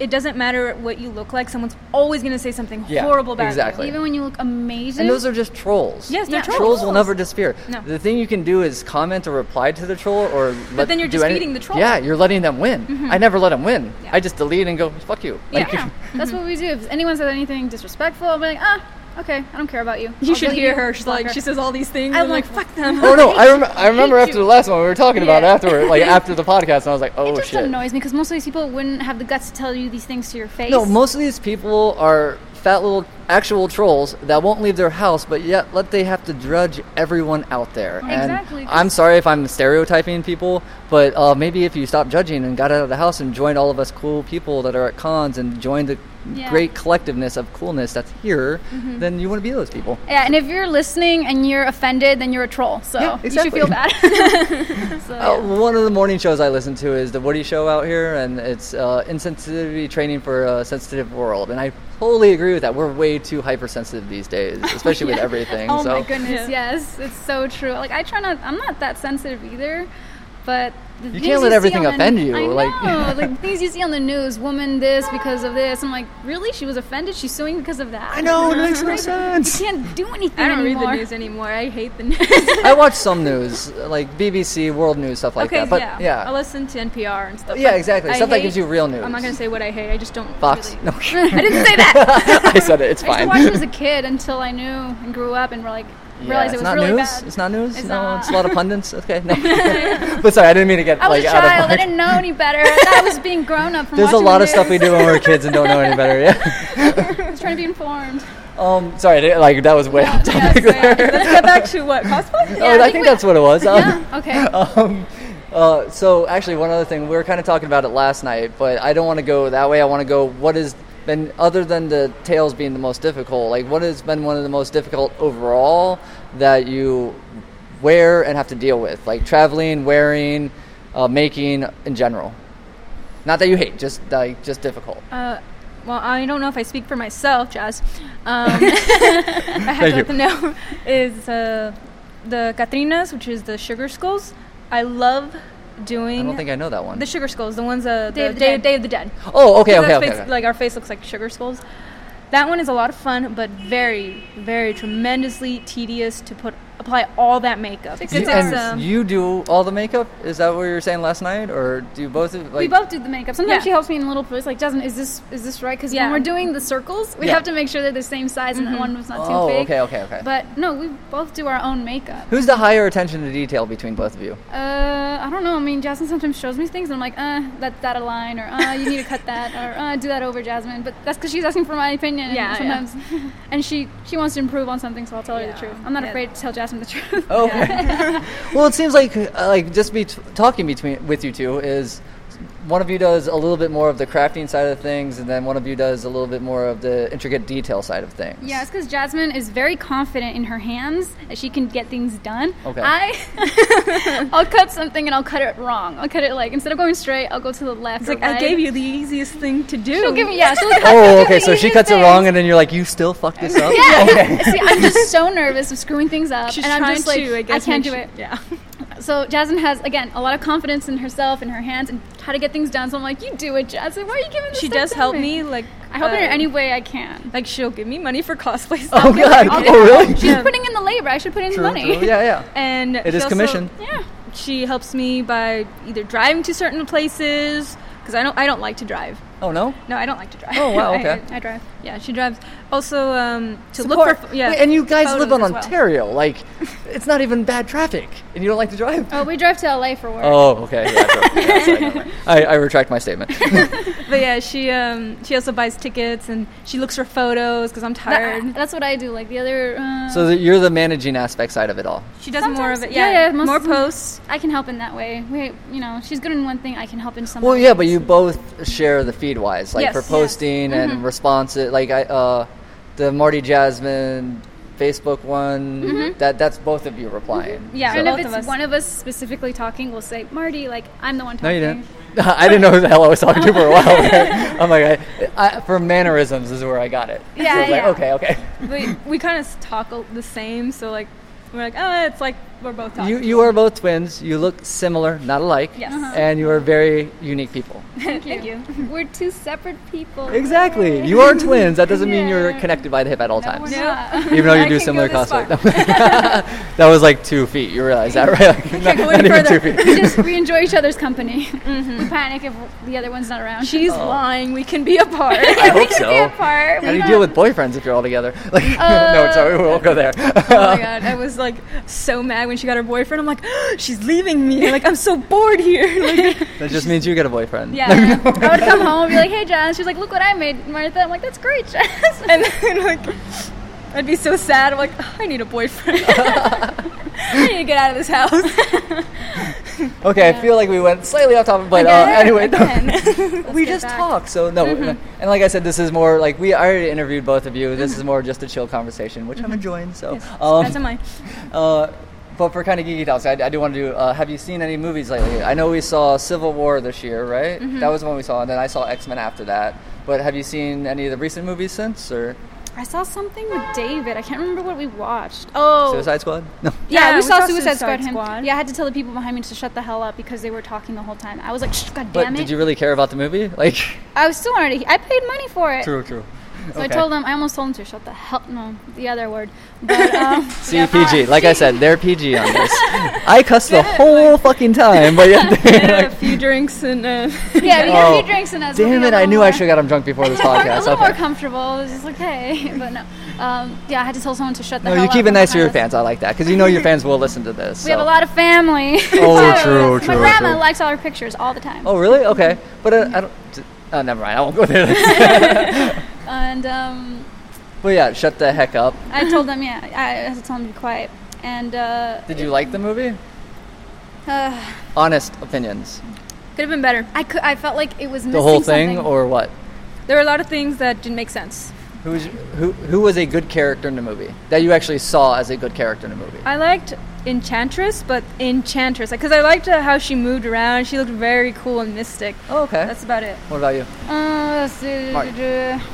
S3: It doesn't matter what you look like. Someone's always going to say something
S1: Yeah,
S3: horrible about
S1: exactly.
S2: even when you look amazing.
S1: and those are just trolls.
S3: you. Yes, they're
S2: Yeah.
S3: trolls.
S1: Trolls will never disappear.
S3: No.
S1: The thing you can do is comment or reply to the troll, or let,
S3: then you're
S1: do
S3: just
S1: any-
S3: feeding the troll. Mm-hmm.
S1: Yeah, you're letting them win. I never let them win. I just delete and go fuck you. Like,
S2: Yeah, that's what we do. If anyone says anything disrespectful, I'll be like, ah, okay, I don't care about you.
S3: You
S2: I'll
S3: should
S2: delete
S3: hear
S2: you,
S3: her. She's
S2: block
S3: like,
S2: her.
S3: she says all these things.
S2: I'm
S3: I'm like,
S2: like,
S3: fuck them.
S1: Oh no! I, rem- I remember after the last one we were talking about it afterward, like after the podcast, and I was like, "Oh
S2: It just
S1: shit!"
S2: annoys me because most of these people wouldn't have the guts to tell you these things to your face.
S1: No, most of these people are fat little actual trolls that won't leave their house, but yet let they have to drudge everyone out there. And
S2: Exactly, 'cause-
S1: I'm sorry if I'm stereotyping people, but uh, maybe if you stopped judging and got out of the house and joined all of us cool people that are at cons and joined the
S2: Yeah. Mm-hmm.
S1: great collectiveness of coolness that's here, then you want to be those people.
S2: Yeah, and if you're listening and you're offended, then you're a troll. So
S1: Yeah, exactly.
S2: you should feel bad. so,
S1: Uh, one of the morning shows I listen to is the Woody Show out here, and it's uh, insensitivity training for a sensitive world. And I totally agree with that. We're way too hypersensitive these days, especially with everything.
S2: oh
S1: so
S2: my goodness, yes, it's so true. Like I try not, I'm not that sensitive either, but the things
S1: can't let
S2: see
S1: everything
S2: on the-
S1: offend you,
S2: I
S1: like-
S2: know, like things you see on the news, woman this because of this. I'm like, really? She was offended. She's suing because of that.
S1: I know it makes no
S2: You
S1: sense.
S2: can't do anything
S3: I don't
S2: anymore.
S3: read the news anymore. I hate the news.
S1: I watch some news, like BBC, World News, stuff like
S3: okay,
S1: that. But
S3: yeah. I
S1: yeah,
S3: listen to NPR and stuff.
S1: Yeah,
S3: but
S1: exactly.
S3: I
S1: Stuff that
S3: hate-
S1: gives you real news.
S3: I'm not gonna say what I hate. I just don't.
S1: Fox.
S3: really-
S1: No,
S3: I didn't say that.
S1: I said it. It's
S2: I used to
S1: fine.
S2: watch it as a kid until I knew and grew up and like
S1: Yeah, it's
S2: realized it was
S1: not
S2: really
S1: news.
S2: bad.
S1: It's not news.
S2: It's
S1: no,
S2: not.
S1: it's a lot of pundits. Okay, no. but sorry, I didn't mean to get
S2: I
S1: like
S2: was a
S1: out of.
S2: child. I
S1: whack.
S2: didn't know any better. I thought I was being grown up. From
S1: There's a
S2: watching
S1: lot
S2: the
S1: of stuff we
S2: news.
S1: do when we're kids and don't know any better. Yeah.
S2: I was trying to be informed.
S1: Um. Sorry. I didn't- Like that was way off topic there.
S3: Let's get back to what cosplay.
S1: oh, I
S2: I
S1: think,
S2: think we-
S1: that's what it was. Um,
S2: yeah. Okay.
S1: um, uh, so actually, one other thing we were kind of talking about it last night, but I don't want to go that way. I want to go what has been other than the tails being the most difficult. Like what has been one of the most difficult overall that you wear and have to deal with, like traveling, wearing, uh, making in general. Not that you hate, just like just difficult.
S3: Uh, well, I don't know if I speak for myself, Jazz. Um, I have
S1: Thank
S3: to
S1: you.
S3: let them know is uh, the Katrinas, which is the sugar skulls. I love doing.
S1: I don't think I know that one.
S3: the sugar skulls, the ones uh,
S2: Day
S3: the
S2: of the
S3: day,
S2: Dead.
S3: day of the Dead.
S1: oh, okay,
S3: Because
S1: okay,
S3: our
S1: okay.
S3: face-
S1: okay.
S3: Like our face looks like sugar skulls. That one is a lot of fun, but very, very tremendously tedious to put apply all that makeup.
S2: Takes
S3: because
S1: You,
S2: It's
S1: and
S2: awesome.
S1: you do all the makeup? Is that what you were saying last night? Or do you both? Like,
S2: we both do the makeup. Sometimes
S3: Yeah.
S2: she helps me in little bits, like Jasmine, is this is this right? Because
S3: Yeah. Mm-hmm.
S2: when we're doing the circles, we
S1: Yeah.
S2: have to make sure they're the same size and that one was not
S1: Oh,
S2: too big.
S1: okay, okay, okay.
S2: But no, we both do our own makeup.
S1: Who's the higher attention to detail between both of you?
S2: Uh, I don't know. I mean, Jasmine sometimes shows me things, and I'm like, uh, that's that a line, or uh, you need to cut that, or uh, do that over, Jasmine. But that's because she's asking for my opinion. and
S3: Yeah, yeah.
S2: sometimes, and she she wants to improve on something, so I'll tell her
S3: Yeah.
S2: the truth. I'm not
S3: Yeah.
S2: afraid to tell Jasmine the truth.
S1: Oh, okay. well, it seems like uh, like just be t- talking between with you two is one of you does a little bit more of the crafting side of things, and then one of you does a little bit more of the intricate detail side of things.
S2: Yeah, it's because Jasmine is very confident in her hands and she can get things done.
S1: Okay.
S2: I, I'll cut something and I'll cut it wrong. I'll cut it like instead of going straight, I'll go to the left.
S3: It's
S2: or
S3: like I
S2: right.
S3: gave you the easiest thing to do.
S2: She'll give me yeah. She'll
S1: Oh,
S2: she'll
S1: okay.
S2: do
S1: So
S2: the
S1: she
S2: easiest
S1: cuts it
S2: things.
S1: wrong, and then you're like, "You still fucked this up."
S2: Yeah.
S1: Okay.
S2: See, I'm just so nervous of screwing things up,
S3: She's
S2: and I'm
S3: trying
S2: just like,
S3: to. I, guess,
S2: can't
S3: make
S2: do
S3: sure-
S2: it.
S3: Yeah.
S2: So Jasmine has again a lot of confidence in herself and her hands and how to get things done. So I'm like, you do it, Jasmine. Why are you giving? This
S3: she
S2: stuff
S3: does
S2: to
S3: help me. Like
S2: I help her in
S3: uh,
S2: any way I can.
S3: Like she'll give me money for cosplay stuff.
S1: Oh god. Oh really?
S2: She's
S3: Yeah.
S2: putting in the labor. I should put in the
S1: True,
S2: money.
S1: true. Yeah, yeah.
S3: And
S1: It
S3: she
S1: is
S3: also-
S1: commission.
S2: Yeah.
S3: She helps me by either driving to certain places because I don't I don't like to drive.
S1: Oh no.
S3: No, I don't like to drive.
S1: Oh, wow,
S3: I-
S1: okay.
S2: I drive.
S3: I- yeah, she drives. Also um, to look
S1: Support.
S3: for yeah.
S1: Wait, and you guys live
S3: photos
S1: on
S3: as well.
S1: Ontario. Like, it's not even bad traffic, and you don't like to drive.
S2: Oh, we drive to LA for work.
S1: Oh, okay. Yeah, sure. Yeah, sorry, never mind. I, I retract my statement.
S3: But yeah, she um, she also buys tickets and she looks for photos because I'm
S2: That-
S3: tired.
S2: that's what I do. Like the other. Uh,
S1: so that you're the managing aspect side of it all.
S3: she does more of
S2: sometimes-
S3: it.
S2: yeah,
S3: Yeah,
S2: yeah, most
S3: more
S2: of them-
S3: posts.
S2: I can help in that way. We, you know, she's good in one thing. I can help in some.
S1: Well,
S2: other
S1: yeah, but
S2: things.
S1: you both share the feed wise, like
S3: Yes,
S1: for
S3: yes. Mm-hmm.
S1: posting and responses. Like I, uh, the Marty Jasmine Facebook one. That that's both of you replying.
S3: Mm-hmm. Yeah,
S1: So-
S2: And
S3: both
S2: if it's
S3: of us.
S2: one of us specifically talking, we'll say, Marty, like I'm the one
S1: No,
S2: talking.
S1: you didn't. I didn't know who the hell I was talking to for a while. there. I'm like, I, I, for mannerisms is where I got it.
S2: Yeah,
S1: I was like,
S2: yeah.
S1: okay, okay.
S3: we we kind of talk a- the same, so like we're like, oh, it's like we're both talking.
S1: You you are both twins. You look similar, not alike. Uh-huh.
S3: Yes. Uh-huh.
S1: And you are very unique people.
S2: Thank you.
S3: Thank you.
S2: We're two separate people.
S1: Exactly. You are twins. That doesn't mean you're
S2: Yeah.
S1: connected by the hip at all
S2: No,
S1: times.
S2: we're
S3: No.
S2: not.
S1: Even though you
S3: I
S1: do
S3: can
S1: similar
S3: go this
S1: cosplay. that was like two feet. You realize that, right? Like, not
S3: go any
S1: even two
S3: further.
S1: feet.
S2: we just we enjoy each other's company. We panic if the other one's not around.
S3: She's
S1: Oh.
S3: lying. We can be apart.
S1: I hope
S2: we can be
S1: so. How
S2: apart. We
S1: do you
S2: don't-
S1: deal with boyfriends if you're all together? Like, no, sorry, we won't go there.
S3: oh my god, I was like so mad when she got her boyfriend. I'm like, she's leaving me. Like I'm so bored here. Like,
S1: that just means you get a boyfriend.
S3: yeah.
S2: I would come home and be like, "Hey, Jazz." She's like, "Look what I made, Martha." I'm like, "That's great, Jazz."
S3: and then like I'd be so sad. I'm like, "Ugh, I need a boyfriend. I need to get out of this
S1: uh,
S3: house.
S1: Okay, I feel like we went slightly off topic, but uh,
S3: Again,
S1: anyway, no.
S3: again.
S1: we
S2: get
S1: just
S2: back. Mm-hmm.
S1: talk. So no, and like I said, this is more like we I already interviewed both of you. This
S2: Mm-hmm.
S1: is more just a chill conversation, which I'm enjoying. So, um,
S3: That's mine.
S1: Uh, but for kind of geeky talks, I, I do want to do. Uh, have you seen any movies lately? I know we saw Civil War this year, right?
S2: Mm-hmm.
S1: That was the one we saw, and then I saw X Men after that. But have you seen any of the recent movies since, or
S2: I saw something with David. I can't remember what we watched. Oh,
S1: Suicide Squad? No.
S2: Yeah,
S3: Yeah,
S2: we,
S3: we
S2: saw,
S3: saw
S2: Suicide,
S3: Suicide
S2: Squad. him-
S3: Squad.
S2: Yeah, I had to tell the people behind me to shut the hell up because they were talking the whole time. I was like, Shh, God
S1: But
S2: damn it!
S1: did you really care about the movie? Like,
S2: I was still already. I paid money for it.
S1: true.
S2: So I told them. I almost told them to shut the hell. No, the other word. But um,
S1: See PG. Like I said, they're PG on this. I cussed the whole fucking time, but yet
S3: I
S1: they're
S3: had
S1: like,
S3: a few drinks and uh,
S2: yeah, we got a
S1: Oh,
S2: few drinks in us. we'll
S1: damn
S2: be a
S1: it! I
S2: little
S1: knew I
S2: more-
S1: should have got them drunk before this
S2: A
S1: podcast.
S2: little more
S1: Okay.
S2: comfortable. It was just okay, but no. Um, yeah, I had to tell someone to shut the
S1: No,
S2: hell
S1: you
S2: up.
S1: keep it
S2: I'm
S1: nice to your
S2: honest.
S1: fans. I like that because you know your fans will listen to this.
S2: We have a
S1: so.
S2: lot of family.
S1: Oh,
S2: too.
S1: true,
S2: My
S1: true,
S2: grandma
S1: true.
S2: likes all our pictures all the time.
S1: Oh, really? Okay. But uh, I don't. Uh, never mind. I won't go there.
S2: And um,
S1: Well, yeah, shut the heck up.
S2: I told them, yeah, I had to tell them to be quiet. And uh,
S1: Did you like the movie?
S2: uh,
S1: Honest opinions.
S3: could have been better.
S2: I could, I felt like it was
S1: The
S2: missing
S1: whole thing,
S2: something.
S1: or what?
S3: There were a lot of things that didn't make sense.
S1: Who was, who, who was a good character in the movie that you actually saw as a good character in the movie?
S3: I liked Enchantress, but Enchantress because I liked uh, how she moved around. She looked very cool and mystic.
S1: Oh, okay.
S3: That's about it.
S1: what about you?
S2: Uh, so-
S1: Mark.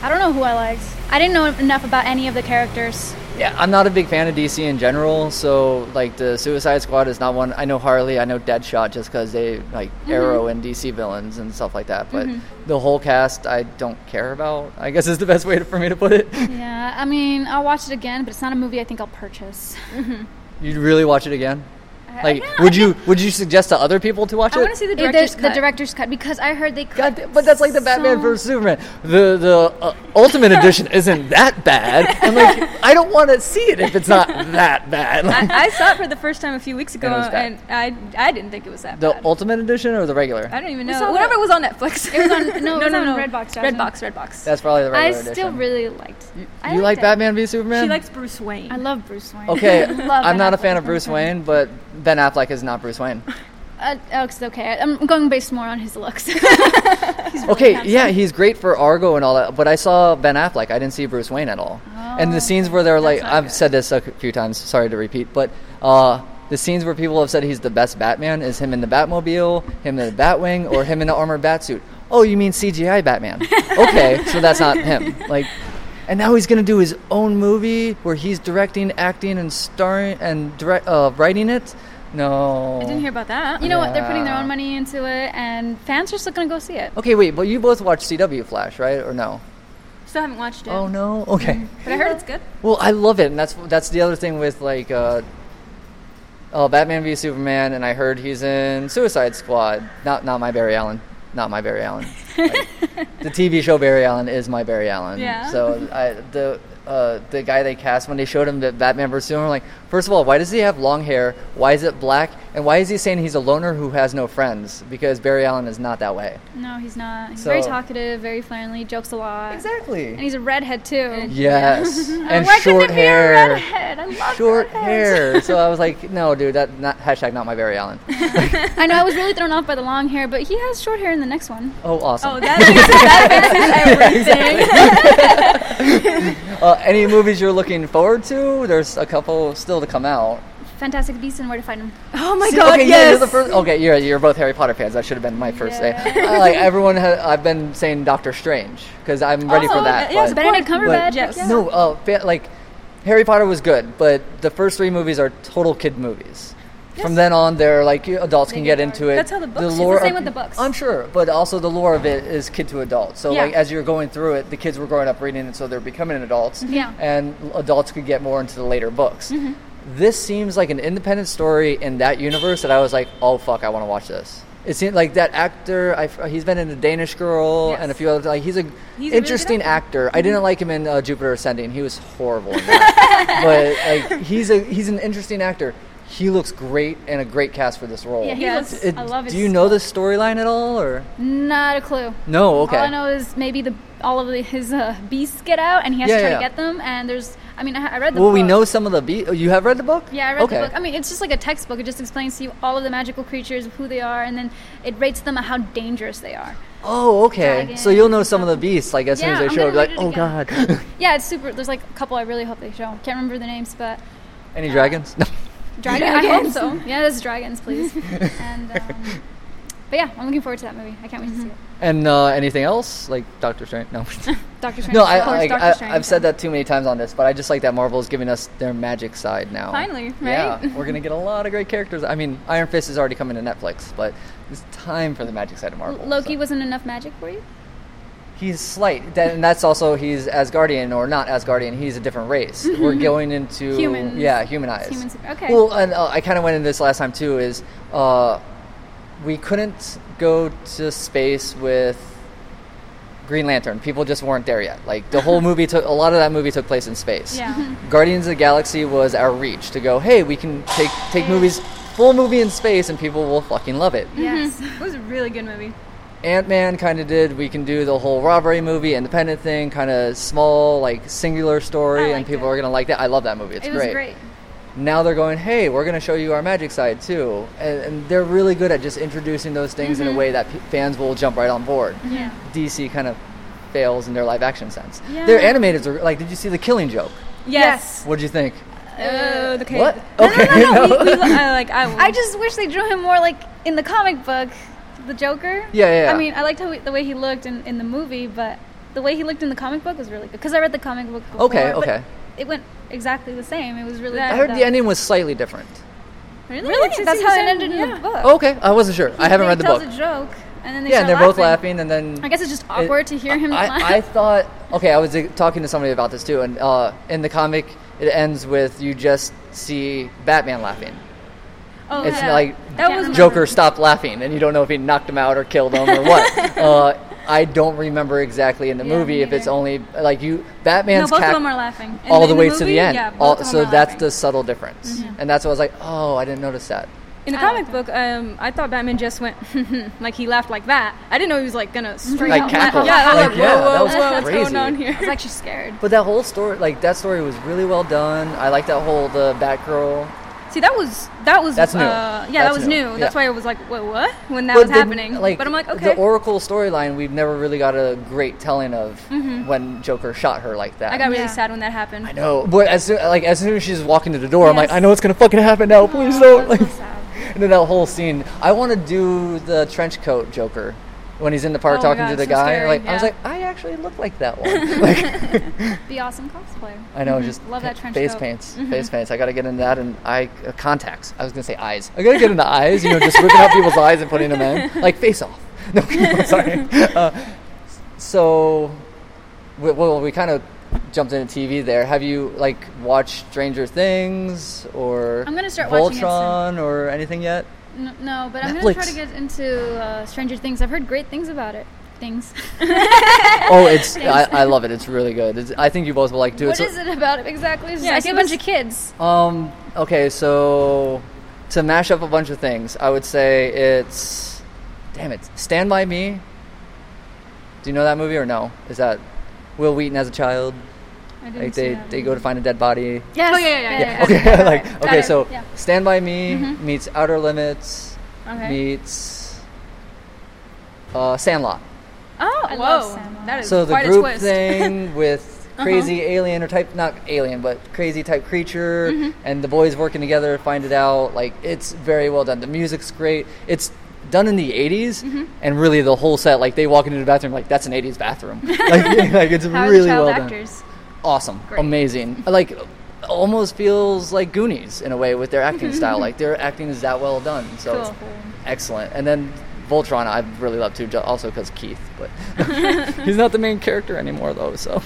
S2: I don't know who I liked. I didn't know enough about any of the characters.
S1: yeah, I'm not a big fan of DC in general. So like the Suicide Squad is not one. I know Harley, I know Deadshot, just because they like Arrow and DC villains and stuff like that. But the whole cast, I don't care about. I guess is the best way to, for me to put it.
S2: Yeah, I mean, I'll watch it again, but it's not a movie I think I'll purchase.
S1: You'd really watch it again?
S2: I-
S1: Like,
S2: no,
S1: would you would you suggest to other people to watch
S3: I
S1: it?
S3: want to see the
S2: It-
S3: director's
S2: the
S3: cut.
S2: director's cut because I heard they cut.
S1: God, damn- but that's like the Batman
S2: so-
S1: versus Superman. The the uh, Ultimate Edition isn't that bad. I'm like, I don't want to see it if it's not that bad. Like,
S3: I, I saw it for the first time a few weeks ago,
S1: And it was bad.
S3: and, I I didn't think it was that
S1: the
S3: bad.
S1: Ultimate Edition or the regular?
S3: I don't even
S2: We
S3: know.
S2: saw
S3: Whatever was on Netflix.
S2: It was on- no,
S3: no,
S2: it was
S3: no,
S2: on
S3: no.
S2: Redbox, wasn't it?
S3: Redbox, Redbox.
S1: That's probably the
S2: I
S1: regular
S2: still
S1: edition.
S2: really liked.
S1: you
S2: I
S1: you like
S2: liked it.
S1: Batman v Superman?
S3: she likes Bruce Wayne.
S2: I love Bruce Wayne.
S1: Okay,
S2: Love
S1: I'm
S2: Ben
S1: not a
S2: Affleck
S1: fan of
S2: as
S1: Bruce
S2: Batman.
S1: Wayne, but Ben Affleck is not Bruce Wayne.
S2: Uh, oh, it's okay. I'm going based more on his looks.
S1: Okay, yeah, he's great for Argo and all that, but I saw Ben Affleck. I didn't see Bruce Wayne at all. and the scenes where they're like,
S3: Oh, not
S1: I've
S3: good.
S1: said this a few times, sorry to repeat, but uh, the scenes where people have said he's the best Batman is him in the Batmobile, him in the Batwing, or him in the armored batsuit. Oh, you mean CGI Batman? Okay, so that's not him. Like, and now he's gonna do his own movie where he's directing, acting, and starring and direct, uh, writing it. No,
S3: I didn't hear about that.
S2: you know what? They're putting their
S1: Yeah.
S2: own money into it, and fans are still going to go see it.
S1: Okay, wait, but you both watched CW Flash, right? Or no?
S3: still haven't watched it.
S1: Oh no. Okay.
S3: But I heard it's good.
S1: Well, I love it, and that's that's the other thing with like uh, uh, Batman v Superman, and I heard he's in Suicide Squad. Not not my Barry Allen. Not my Barry Allen. Like, the TV show Barry Allen is my Barry Allen.
S3: Yeah.
S1: So I, the uh, the guy they cast when they showed him that Batman vs Superman, I'm like, first of all, why does he have long hair? Why is it black? And why is he saying he's a loner who has no friends? Because Barry Allen is not that way.
S2: No, he's not. He's
S1: So-
S2: very talkative, very friendly, jokes a lot. And
S1: Exactly.
S2: he's a redhead too. Oh,
S1: Yes. and
S2: Why couldn't
S1: short
S2: it
S1: hair.
S2: Be a redhead? I love
S1: short
S2: redheads.
S1: hair. So I was like, no, dude, that not hashtag not my Barry Allen.
S2: I know I was really thrown off by the long hair, but he has short hair in the next one.
S1: Oh, awesome.
S3: Oh, that makes, that makes everything.
S1: Uh, any movies you're looking forward to? There's a couple still to come out.
S2: Fantastic Beasts and Where to Find Them.
S3: Oh my
S1: See,
S3: god,
S1: okay, yeah,
S3: yes.
S1: you're the first. Okay, you're you're both Harry Potter fans. That should have been my first day. I, like everyone, ha- I've been saying Doctor Strange because I'm ready for
S3: Oh,
S1: that.
S3: yes,
S1: but-
S2: Benedict
S3: But-
S2: Cumberbatch.
S3: yes.
S2: heck yeah.
S1: No, uh, fa- like Harry Potter was good, but the first three movies are total kid movies. From then on, they're like you- adults can
S2: get
S1: get into
S2: dark.
S1: it.
S3: That's how the books- it's the
S2: same with the books.
S1: I'm sure, but also the lore of it is kid to adult. So
S3: Yeah.
S1: like as you're going through it, the kids were growing up reading it, so they're becoming adults.
S3: Mm-hmm.
S2: Yeah.
S1: and l- adults could get more into the later books. This seems like an independent story in that universe that I was like, oh fuck, I want to watch this. It seemed like that actor. I, f- he's been in The Danish Girl and a
S3: Yes.
S1: few other. Like he's a
S3: really good
S1: interesting
S3: actor.
S1: actor. I
S2: Mm-hmm.
S1: didn't like him in uh, Jupiter Ascending. He was horrible. In that. but like, he's a he's an interesting actor. He looks great and a great cast for this role.
S2: Yeah, he
S3: Yes.
S2: looks.
S1: Oh, It-
S2: I love his.
S1: do you know the storyline at all, or
S2: Not a clue.
S1: no? Okay.
S2: All I know is maybe the all of the, his uh, beasts get out, and he has
S1: Yeah,
S2: to try
S1: yeah.
S2: to get them. And there's, I mean, I, I read the.
S1: well,
S2: book.
S1: we know some of the beat. Oh, you have read the book?
S2: Yeah, I read
S1: okay.
S2: the book. I mean, it's just like a textbook. It just explains to you all of the magical creatures, who they are, and then it rates them on how dangerous they are.
S1: Oh, okay.
S2: Dragon
S1: so you'll know some of the beasts, like as soon as
S2: Yeah,
S1: they
S2: I'm
S1: show. up,
S2: gonna
S1: Like,
S2: read
S1: oh
S2: it
S1: god,
S2: Yeah, it's super. There's like a couple I really hope they show. Can't remember the names, but Uh,
S1: any dragons? No.
S2: dragon. I hope
S3: Dragons.
S2: so. Yeah, there's dragons, please. and um, but yeah, I'm looking forward to that movie. I can't wait to see it.
S1: and uh, anything else, like Doctor Strange? No.
S2: Doctor Strange.
S1: no,
S2: of
S1: I,
S2: course,
S1: like,
S2: Doctor
S1: I,
S2: Strange.
S1: I've said that too many times on this, but I just like that Marvel is giving us their magic side now.
S3: Finally,
S1: Yeah,
S3: right?
S1: we're gonna get a lot of great characters. I mean, Iron Fist is already coming to Netflix, but it's time for the magic side of Marvel.
S2: Loki
S1: so.
S2: wasn't enough magic for you.
S1: he's slight, that, and that's also he's Asgardian or not Asgardian. He's a different race. we're going into
S2: Humans.
S1: Yeah, humanized.
S2: Humans. Okay.
S1: Well, and uh, I kind of went into this last time too. Is uh, we couldn't go to space with Green Lantern. People just weren't there yet. Like the whole movie took a lot of that movie took place in space.
S3: Yeah.
S1: Guardians of the Galaxy was our reach to go. Hey, we can take take movies, full movie in space, and people will fucking love it.
S2: yes.
S3: Mm-hmm. It was a really good movie.
S1: Ant Man kind of did. We can do the whole robbery movie, independent thing, kind of small, like singular
S3: I
S1: story, and
S3: liked
S1: people
S3: it.
S1: are gonna like that. I love that movie. It's
S2: it was great.
S1: now they're going, hey, we're going to show you our magic side too. And, and they're really good at just introducing those things
S2: Mm-hmm.
S1: in a way that p- fans will jump right on board.
S2: Yeah.
S1: DC kind of fails in their live action sense.
S2: Yeah.
S1: Their animators are like, did you see The Killing Joke?
S3: Yes.
S1: What did you think?
S3: Uh, the cave.
S1: What?
S3: No,
S1: Okay.
S3: no, no, no.
S1: no.
S3: We, we, lo- I, like, I,
S2: I just wish they drew him more like in the comic book, the Joker.
S1: Yeah, yeah, yeah.
S2: I mean, I liked how he, the way he looked in, in the movie, but the way he looked in the comic book was really good because I read the comic book. Before,
S1: Okay,
S2: but
S1: okay.
S2: it went exactly the same. It was really.
S3: I
S1: I
S2: good
S1: heard
S2: though.
S1: the ending was slightly different.
S3: Really?
S2: Really,
S3: It's
S2: that's
S3: the
S2: how it
S3: same-
S2: ended in
S3: yeah.
S2: the book.
S1: Okay, I wasn't sure. I haven't
S2: He
S1: read the
S2: tells
S1: book.
S2: a joke, and then they
S1: Yeah,
S2: start
S1: and they're both laughing, and then
S2: I guess it's just awkward to hear him.
S1: I,
S2: laugh.
S1: I thought okay, I was uh, talking to somebody about this too, and uh, in the comic it ends with you just see Batman laughing.
S3: Oh,
S1: It's
S3: yeah.
S1: like
S3: that
S2: Yeah.
S3: was
S1: Joker stopped laughing, and you don't know if he knocked him out or killed him or what. uh, I don't remember exactly in the
S2: Yeah, me
S1: movie if it's
S2: neither.
S1: only like you
S3: No,
S1: Batman's
S3: both
S1: cac-
S3: of them are laughing.
S1: all
S3: And
S1: the
S3: in
S1: way to
S3: movie,
S1: the end.
S3: Yeah, both
S1: all,
S3: of them
S1: so
S3: are
S1: that's
S3: laughing. Mm-hmm.
S1: the subtle difference, and that's why I was like, oh, I didn't notice that.
S3: In the
S2: I like
S3: comic book, um, I thought Batman just went like he laughed like that. I didn't know he was like gonna straight
S1: Like
S3: out
S1: cackle.
S3: laugh. Yeah, I was
S1: Like,
S3: like,
S1: yeah,
S3: whoa,
S1: that
S3: whoa,
S1: was
S3: whoa, what's
S1: crazy.
S3: going on
S2: I was
S3: here?
S2: actually scared.
S1: But that whole story, like that story, was really well done. I like that whole the Batgirl
S3: See, that was that was
S1: That's new.
S3: Uh, yeah,
S1: That's
S3: that was
S1: new.
S3: new. That's
S1: Yeah.
S3: why I was like, whoa, what? When that
S1: But
S3: was
S1: the-
S3: happening. but I'm like, okay.
S1: The Oracle storyline, we've never really got a great telling of when Joker shot her like that.
S3: Mm-hmm. I got really
S2: Yeah.
S3: sad when that happened.
S1: I know, but as soon, like as soon as she's walking to the door, I'm like,
S3: Yes. Oh,
S1: I know it's gonna fucking happen now. Please don't. Like,
S2: That's so sad.
S1: and then that whole scene, I want to do the trench coat Joker when he's in the park
S3: Oh my
S1: talking
S3: God,
S1: to the
S3: so
S1: guy.
S3: scary,
S1: like I was
S3: yeah.
S1: like, I actually look like that one. like,
S2: Be awesome cosplayer.
S1: I know, just
S2: Mm-hmm. Love that trench
S1: face
S2: coat. Mm-hmm.
S1: paints, face paints. I gotta get into that and eye uh, contacts. I was gonna say eyes. I gotta get into eyes. You know, just ripping out people's eyes and putting them in, like face off. No, I'm sorry. Uh, so, we, well, we kind of jumped into TV there. Have you like watched Stranger Things or
S2: I'm gonna start watching it soon.
S1: Voltron or anything yet?
S2: No, no but I'm gonna try
S1: Netflix.
S2: to get into uh, Stranger Things. I've heard great things about it. Things.
S1: Oh, it's I, I love it. It's really good. It's, I think you both will like it too.
S2: What
S1: It's a-
S2: is it about it exactly? It's
S3: Yeah,
S2: like a
S3: give
S2: bunch
S3: us-
S2: of kids.
S1: Um. Okay. So to mash up a bunch of things, I would say it's. Damn it! Stand by Me. Do you know that movie or no? Is that Will Wheaton as a child?
S3: I didn't
S1: Like
S3: see
S1: they,
S3: that.
S1: they go to find a dead body.
S2: Yes.
S3: Oh, yeah, yeah, yeah, yeah.
S1: Okay.
S2: Got it,
S1: like
S2: got
S1: okay.
S2: it,
S1: So
S2: yeah. Mm-hmm.
S1: Stand by Me meets Outer Limits
S3: Okay.
S1: meets uh, Sandlot.
S3: Oh,
S2: I
S3: whoa.
S2: love Sandlot.
S3: that is
S1: So the
S3: quite a
S1: group
S3: twist. Uh-huh.
S1: thing with crazy alien or type not alien but crazy type creature
S3: Mm-hmm.
S1: and the boys working together to find it out like it's very well done. The music's great. It's done in the 80s
S3: Mm-hmm.
S1: and really the whole set like they walk into the bathroom like that's an 80s bathroom. like, like it's
S3: How are the
S1: really
S3: child
S1: well done.
S3: actors?
S1: Awesome. Amazing. Like almost feels like Goonies in a way with their acting style. Like their acting is that well done. So it's
S3: Cool.
S1: excellent. And then Voltron, I really love too, ju- also because Keith. But he's not the main character anymore, though. So,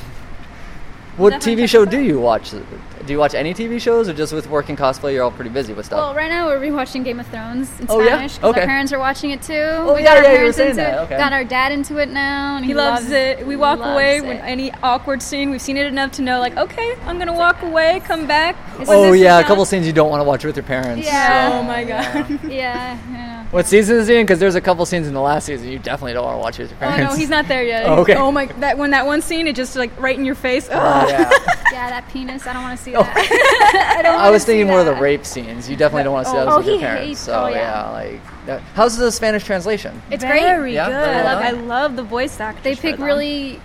S1: what
S3: Definitely
S1: TV show do you watch? Do you watch any TV shows, or just with work and cosplay, you're all pretty busy with
S2: Well,
S1: stuff?
S2: right now we're rewatching Game of Thrones in
S1: Oh, yeah?
S2: Spanish 'cause
S1: Okay.
S2: our parents are watching it too.
S1: Oh, yeah,
S2: got our
S1: yeah, you were
S2: parents
S1: saying
S2: into
S1: that,
S2: it.
S1: okay.
S2: Got our dad into it now, and
S3: He loves it. We walk
S2: loves
S3: away
S2: it.
S3: when any awkward scene. We've seen it enough to know, like, okay, I'm gonna walk away, come back. when
S1: oh
S3: this is
S1: yeah, a
S3: done.
S1: couple scenes you don't want to watch with your parents.
S2: Yeah.
S1: so,
S3: Oh my
S1: yeah.
S3: god.
S2: yeah, yeah.
S1: What season is he in? Because there's a couple scenes in the last season you definitely don't want to watch with your
S3: Oh
S1: parents.
S3: no, he's not there yet.
S1: Oh, okay. Oh,
S3: Oh my, that when that one scene, it just like right in your face. Ugh.
S1: Yeah.
S2: yeah, that penis. I don't want to see
S1: Oh.
S2: that.
S1: I was thinking more of the
S2: that.
S1: rape scenes. You definitely don't want to see
S3: Oh.
S1: those
S2: Oh,
S1: with your
S2: he
S1: parents.
S2: hates-
S1: so
S2: oh, yeah.
S1: like, that, how's the Spanish translation?
S2: It's
S3: Very
S2: great.
S1: Yeah,
S3: good.
S1: very
S3: I
S1: well
S3: love, I
S1: done.
S3: love the voice actors.
S2: They
S3: for
S2: pick
S3: them.
S2: really.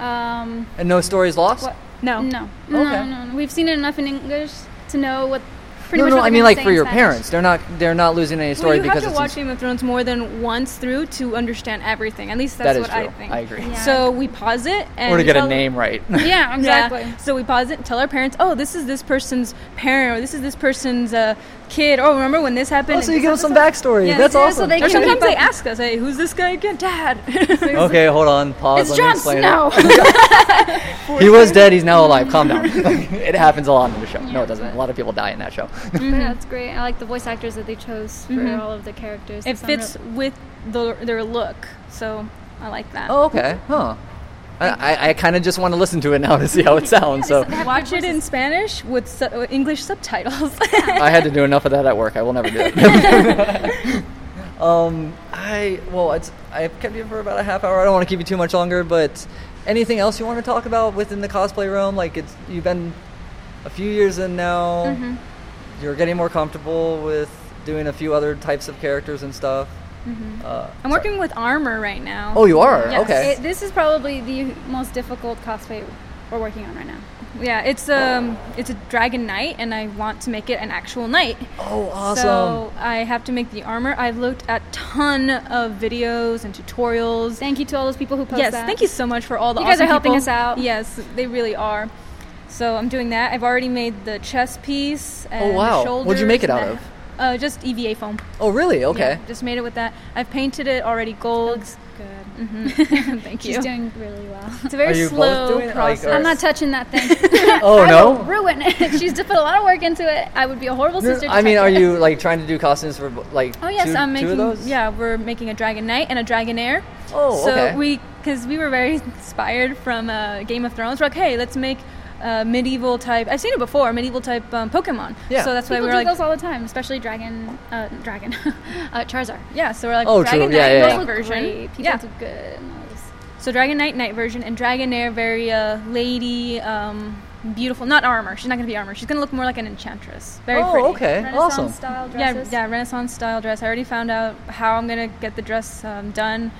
S2: Um,
S1: And no stories lost.
S2: what?
S3: no.
S2: No, no,
S1: Okay.
S2: no, no. We've seen it enough in English to know what. Pretty
S1: no,
S2: much
S1: no.
S2: what
S1: I
S2: they're
S1: mean,
S2: gonna
S1: like
S2: say
S1: for
S2: in
S1: your
S2: Spanish.
S1: parents, they're not they're not losing any
S3: Well,
S1: story
S3: you have
S1: because
S3: to
S1: it's
S3: watch Game of Thrones more than once through to understand everything. At least that's
S1: that is
S3: what
S1: true.
S3: I think.
S1: agree.
S2: Yeah.
S3: So we pause it and
S1: Or to get a
S3: tell-
S1: name right.
S2: Yeah, exactly.
S3: Yeah. So we pause it and tell our parents, oh, this is this person's parent, or this is this person's uh, kid. Oh, remember when this happened?
S1: Oh,
S3: and
S1: so you
S3: this
S1: give them
S3: happened?"
S1: some backstory.
S3: Yeah,
S1: That's
S2: yeah, so
S1: awesome.
S2: they
S3: Or
S2: can-
S3: sometimes they ask us, hey, who's this guy again? Dad.
S1: okay, hold on. Pause.
S2: It's
S1: let me
S2: Jon
S1: explain it.
S2: Snow.
S1: He was dead. He's now alive. Calm down. it happens a lot in the show. no,
S2: Yeah,
S1: it doesn't.
S2: but-
S1: A lot of people die in that show.
S2: But That's great. I like the voice actors that they chose for
S1: Mm-hmm.
S3: Mhm.
S2: all of the characters.
S3: It
S2: Some real-
S3: fits with the, their look. So I like that.
S1: oh, okay. Huh. I, I, I kind of just want to listen to it now to see how it sounds. So
S2: They have
S3: Watch
S2: good
S3: it in
S2: voices.
S3: Spanish with su- uh, English subtitles.
S1: I had to do enough of that at work. I will never do it. um, I well, it's I've kept you for about a half hour. I don't want to keep you too much longer, but anything else you want to talk about within the cosplay realm? Like it's you've been a few years in now.
S3: Mm-hmm.
S1: You're getting more comfortable with doing a few other types of characters and stuff. Uh,
S3: I'm
S1: sorry.
S3: working with armor right now.
S1: Oh, you are
S3: Mm-hmm. Yes.
S1: okay.
S2: It- this is probably the most difficult cosplay we're working on right now.
S3: Yeah, it's um, it's a dragon knight, and I want to make it an actual knight.
S1: oh, awesome.
S3: So I have to make the armor. I've looked at ton of videos and tutorials.
S2: Thank you to all those people who posted.
S3: yes, thank you so much for all the
S2: You guys
S3: awesome
S2: are helping
S3: people.
S2: us out.
S3: Yes, they really are. So I'm doing that. I've already made the chest piece and
S1: Oh, wow.
S3: the shoulders.
S1: What'd you make it
S3: and
S1: out
S3: the-
S1: of?
S3: Uh, just EVA foam.
S1: Oh, really? Okay.
S3: Yeah, just made it with that. I've painted it already gold.
S2: Good.
S3: Oh, Thank you.
S2: She's doing really well.
S3: it's a very
S1: Are you both
S3: slow
S1: doing it, like,
S3: process.
S1: or-
S2: I'm not touching that thing.
S1: Oh,
S2: I
S1: no?
S2: will ruin it. She's put a lot of work into it. I would be a horrible
S1: No,
S2: sister. to
S1: I mean,
S2: touch
S1: are
S2: it.
S1: you like trying to do costumes for like?
S3: Oh yes,
S1: two-
S3: I'm making.
S1: two of those.
S3: Yeah, we're making a dragon knight and a dragonair.
S1: Oh,
S3: so
S1: okay.
S3: we, because we were very inspired from uh, Game of Thrones. We're like, hey, let's make uh, medieval type. I've seen it before, medieval type um, Pokemon.
S1: Yeah.
S3: So that's why
S2: People
S3: we're
S2: do
S3: like,
S2: those all the time, especially dragon, uh, dragon, uh, Charizard.
S3: yeah. So we're like,
S1: Oh, true.
S3: dragon
S1: Yeah,
S3: knight
S1: yeah,
S3: knight
S1: yeah.
S2: Those look
S3: version.
S2: great. People
S3: yeah.
S2: do good. in those.
S3: So dragon knight knight version and dragonair very uh, lady. Um, Beautiful, not armor. She's not gonna be armor. She's gonna look more like an enchantress. Very
S1: oh,
S3: pretty.
S1: okay,
S2: Renaissance
S1: awesome.
S2: style
S3: Yeah,
S2: dresses.
S3: yeah, Renaissance style dress. I already found out how I'm gonna get the dress um, done,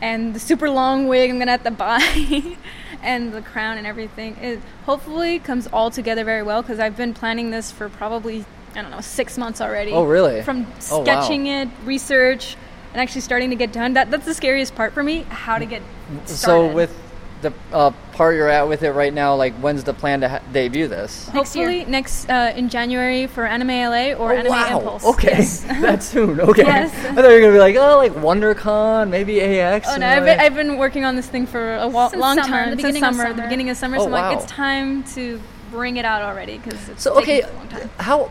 S3: and the super long wig I'm gonna have to buy, and the crown and everything. It hopefully comes all together very well because I've been planning this for probably I don't know six months already.
S1: Oh, really?
S3: From
S1: Oh, wow.
S3: sketching it, research, and actually starting to get done. That that's the scariest part for me. How to get started.
S1: So with the uh, part you're at with it right now, like when's the plan to ha- debut this?
S2: Next year.
S3: hopefully next uh, in January for Anime LA or Anime
S1: Oh, wow.
S3: Impulse.
S1: Okay,
S3: Yes.
S1: that soon. Okay,
S3: Yes.
S1: I thought you were gonna be like, oh, like WonderCon, maybe AX.
S3: Oh
S1: and
S3: no! I've
S1: like-
S3: been, I've been working on this thing for a wa-
S2: Since
S3: long
S2: summer, the
S3: time. since
S2: beginning of
S3: summer, the
S2: summer.
S3: beginning of summer.
S1: Oh,
S3: so I'm like,
S1: wow.
S3: it's time to bring it out already because it's
S1: so
S3: taking
S1: okay,
S3: a long time.
S1: how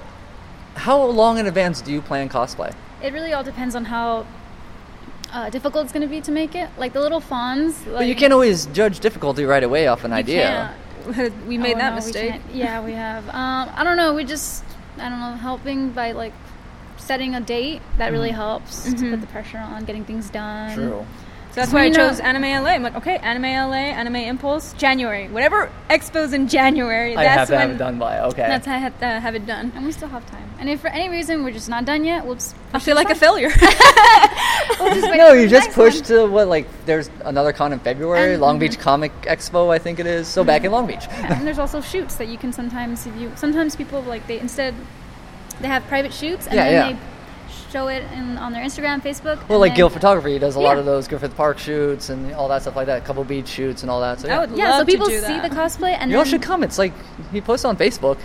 S1: how long in advance do you plan cosplay?
S2: It really all depends on how uh, difficult it's going to be to make it. Like the little fawns. Like,
S1: but you can't always judge difficulty right away off an
S3: You
S1: idea.
S3: can't- we made
S2: Oh,
S3: that
S2: no, we
S3: mistake.
S2: can't. yeah, we have. Um, I don't know. We just, I don't know, helping by like setting a date that really helps
S3: Mm-hmm.
S2: to put the pressure on getting things done.
S1: Mm-hmm. True.
S3: So that's why I
S2: We know-
S3: chose Anime LA. I'm like, okay, Anime LA, Anime Impulse, January, whatever expos in January.
S1: I
S3: that's
S1: have to
S3: when
S1: have it done by. Okay.
S3: That's how I have to have it done.
S2: And we still have time. And if for any reason we're just not done yet, whoops.
S3: I feel like a failure.
S2: We'll just wait
S1: no,
S2: for
S1: you
S2: the
S1: just
S2: next one.
S1: pushed to what? Like, there's another con in February,
S2: And-
S1: Long Beach Comic Expo, I think it is. So back in Long Beach.
S2: Yeah, and there's also shoots that you can sometimes if you sometimes people like they instead they have private shoots and
S1: Yeah,
S2: then
S1: yeah.
S2: they show it in, on their Instagram, Facebook.
S1: Well,
S2: and
S1: like
S2: then-
S1: Gill Photography does a lot
S2: Yeah.
S1: of those Griffith Park shoots and all that stuff like that. couple beach shoots and all that. So yeah.
S3: I would
S2: Yeah,
S3: love
S2: so people
S3: to do
S2: see
S3: that.
S2: the cosplay and
S1: you all
S2: then-
S1: should come. It's like he posts on Facebook.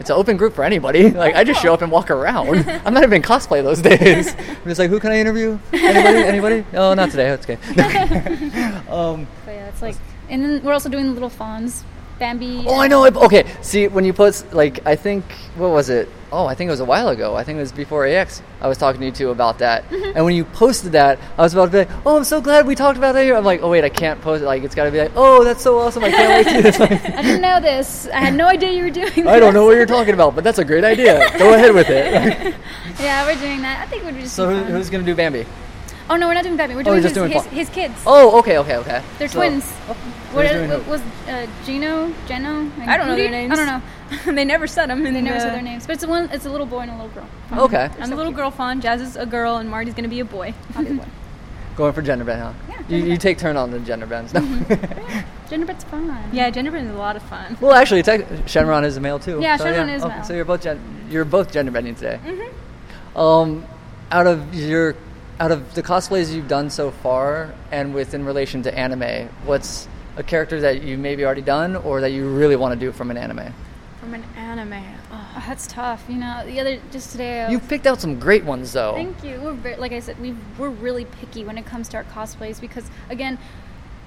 S1: It's an open group for anybody. Like I just show up and walk around. I'm not even in cosplay those days. I'm just like, who can I interview? Anybody? Anybody? Oh, not today. That's okay. um,
S2: But yeah, it's like and then we're also doing little fawns, Bambi.
S1: Oh, I know. I, okay, see, when you post, like, I think, what was it? Oh, I think it was a while ago. I think it was before AX. I was talking to you two about that.
S2: Mm-hmm.
S1: And when you posted that, I was about to be like, oh, I'm so glad we talked about that here. I'm like, oh, wait, I can't post it. Like, it's got to be like, oh, that's so awesome. I can't wait to this. Like,
S2: I didn't know this. I had no idea you were doing. This.
S1: I don't know what you're talking about, but that's a great idea. Go ahead with it. Like,
S2: Yeah, we're doing that. I think we're just.
S1: so,
S2: be
S1: who,
S2: fun.
S1: who's going to do Bambi?
S2: Oh no, we're not doing Bambi. We're
S1: Oh,
S2: doing,
S1: you're
S2: his,
S1: just doing
S2: his,
S1: Fawn.
S2: his kids.
S1: Oh, okay, okay, okay.
S2: They're
S1: So-
S2: twins.
S1: Oh,
S2: what
S1: who's doing
S2: what
S1: who?
S2: was uh, Gino, Geno? and
S3: I don't know their
S2: Rudy?
S3: names.
S2: I don't know.
S3: they never said them.
S2: They never said their names. But it's a one. It's a little boy and a little girl.
S1: Okay.
S3: I'm a little girl fond. Jazz is a girl, and Marty's gonna be a boy.
S1: Going for gender bend, huh? you,
S2: Yeah, gender
S1: you
S2: bend. Mm-hmm.
S1: take turn on the gender bends. No.
S2: Gingerbread's fun.
S3: Yeah, gender is a lot of fun.
S1: Well, actually, tech, Shenron is a male too.
S2: Yeah, Shenron is
S1: Oh,
S2: male. Mm-hmm.
S1: So you're both gen- you're both gender bending today. Um, out of your out of the cosplays you've done so far, and with in relation to anime, what's a character that you maybe already done or that you really want to do from an anime?
S3: From an anime.
S2: Oh, that's tough. You know, the other just today. I
S1: You
S2: was-
S1: picked out some great ones though.
S2: Oh. Thank you. We're very, like I said, we we're really picky when it comes to our cosplays because again,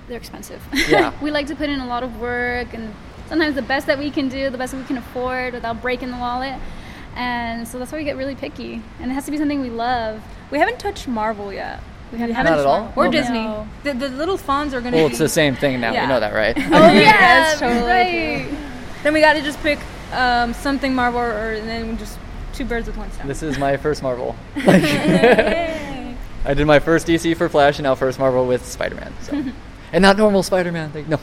S2: they're expensive.
S1: Yeah.
S2: we like to put in a lot of work and sometimes the best that we can do, the best that we can afford without breaking the wallet. And so that's why we get really picky. And it has to be something we love.
S3: We haven't touched Marvel yet. We haven't,
S1: Not at all?
S3: Or
S1: No.
S3: Disney.
S2: No.
S3: The, the little fawns are gonna.
S1: well,
S3: be,
S1: it's the same thing now. You
S3: Yeah.
S1: know that, right?
S3: Oh yeah, that's totally
S2: right.
S3: true. Then we got to just pick um, something Marvel, or and then just two birds with one stone.
S1: this is my first Marvel. I did my first DC for Flash, and now first Marvel with Spider-Man. So. and not normal Spider-Man. Like, no.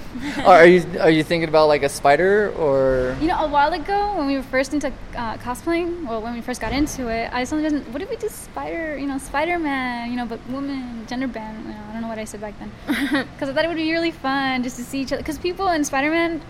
S1: Are, are you are you thinking about like a spider or?
S2: You know, a while ago when we were first into uh, cosplaying, well, when we first got into it, I sometimes what did we do? Spider, you know, Spider Man, you know, but woman, gender band. You know, I don't know what I said back then, because I thought it would be really fun just to see each other. Because people in Spider Man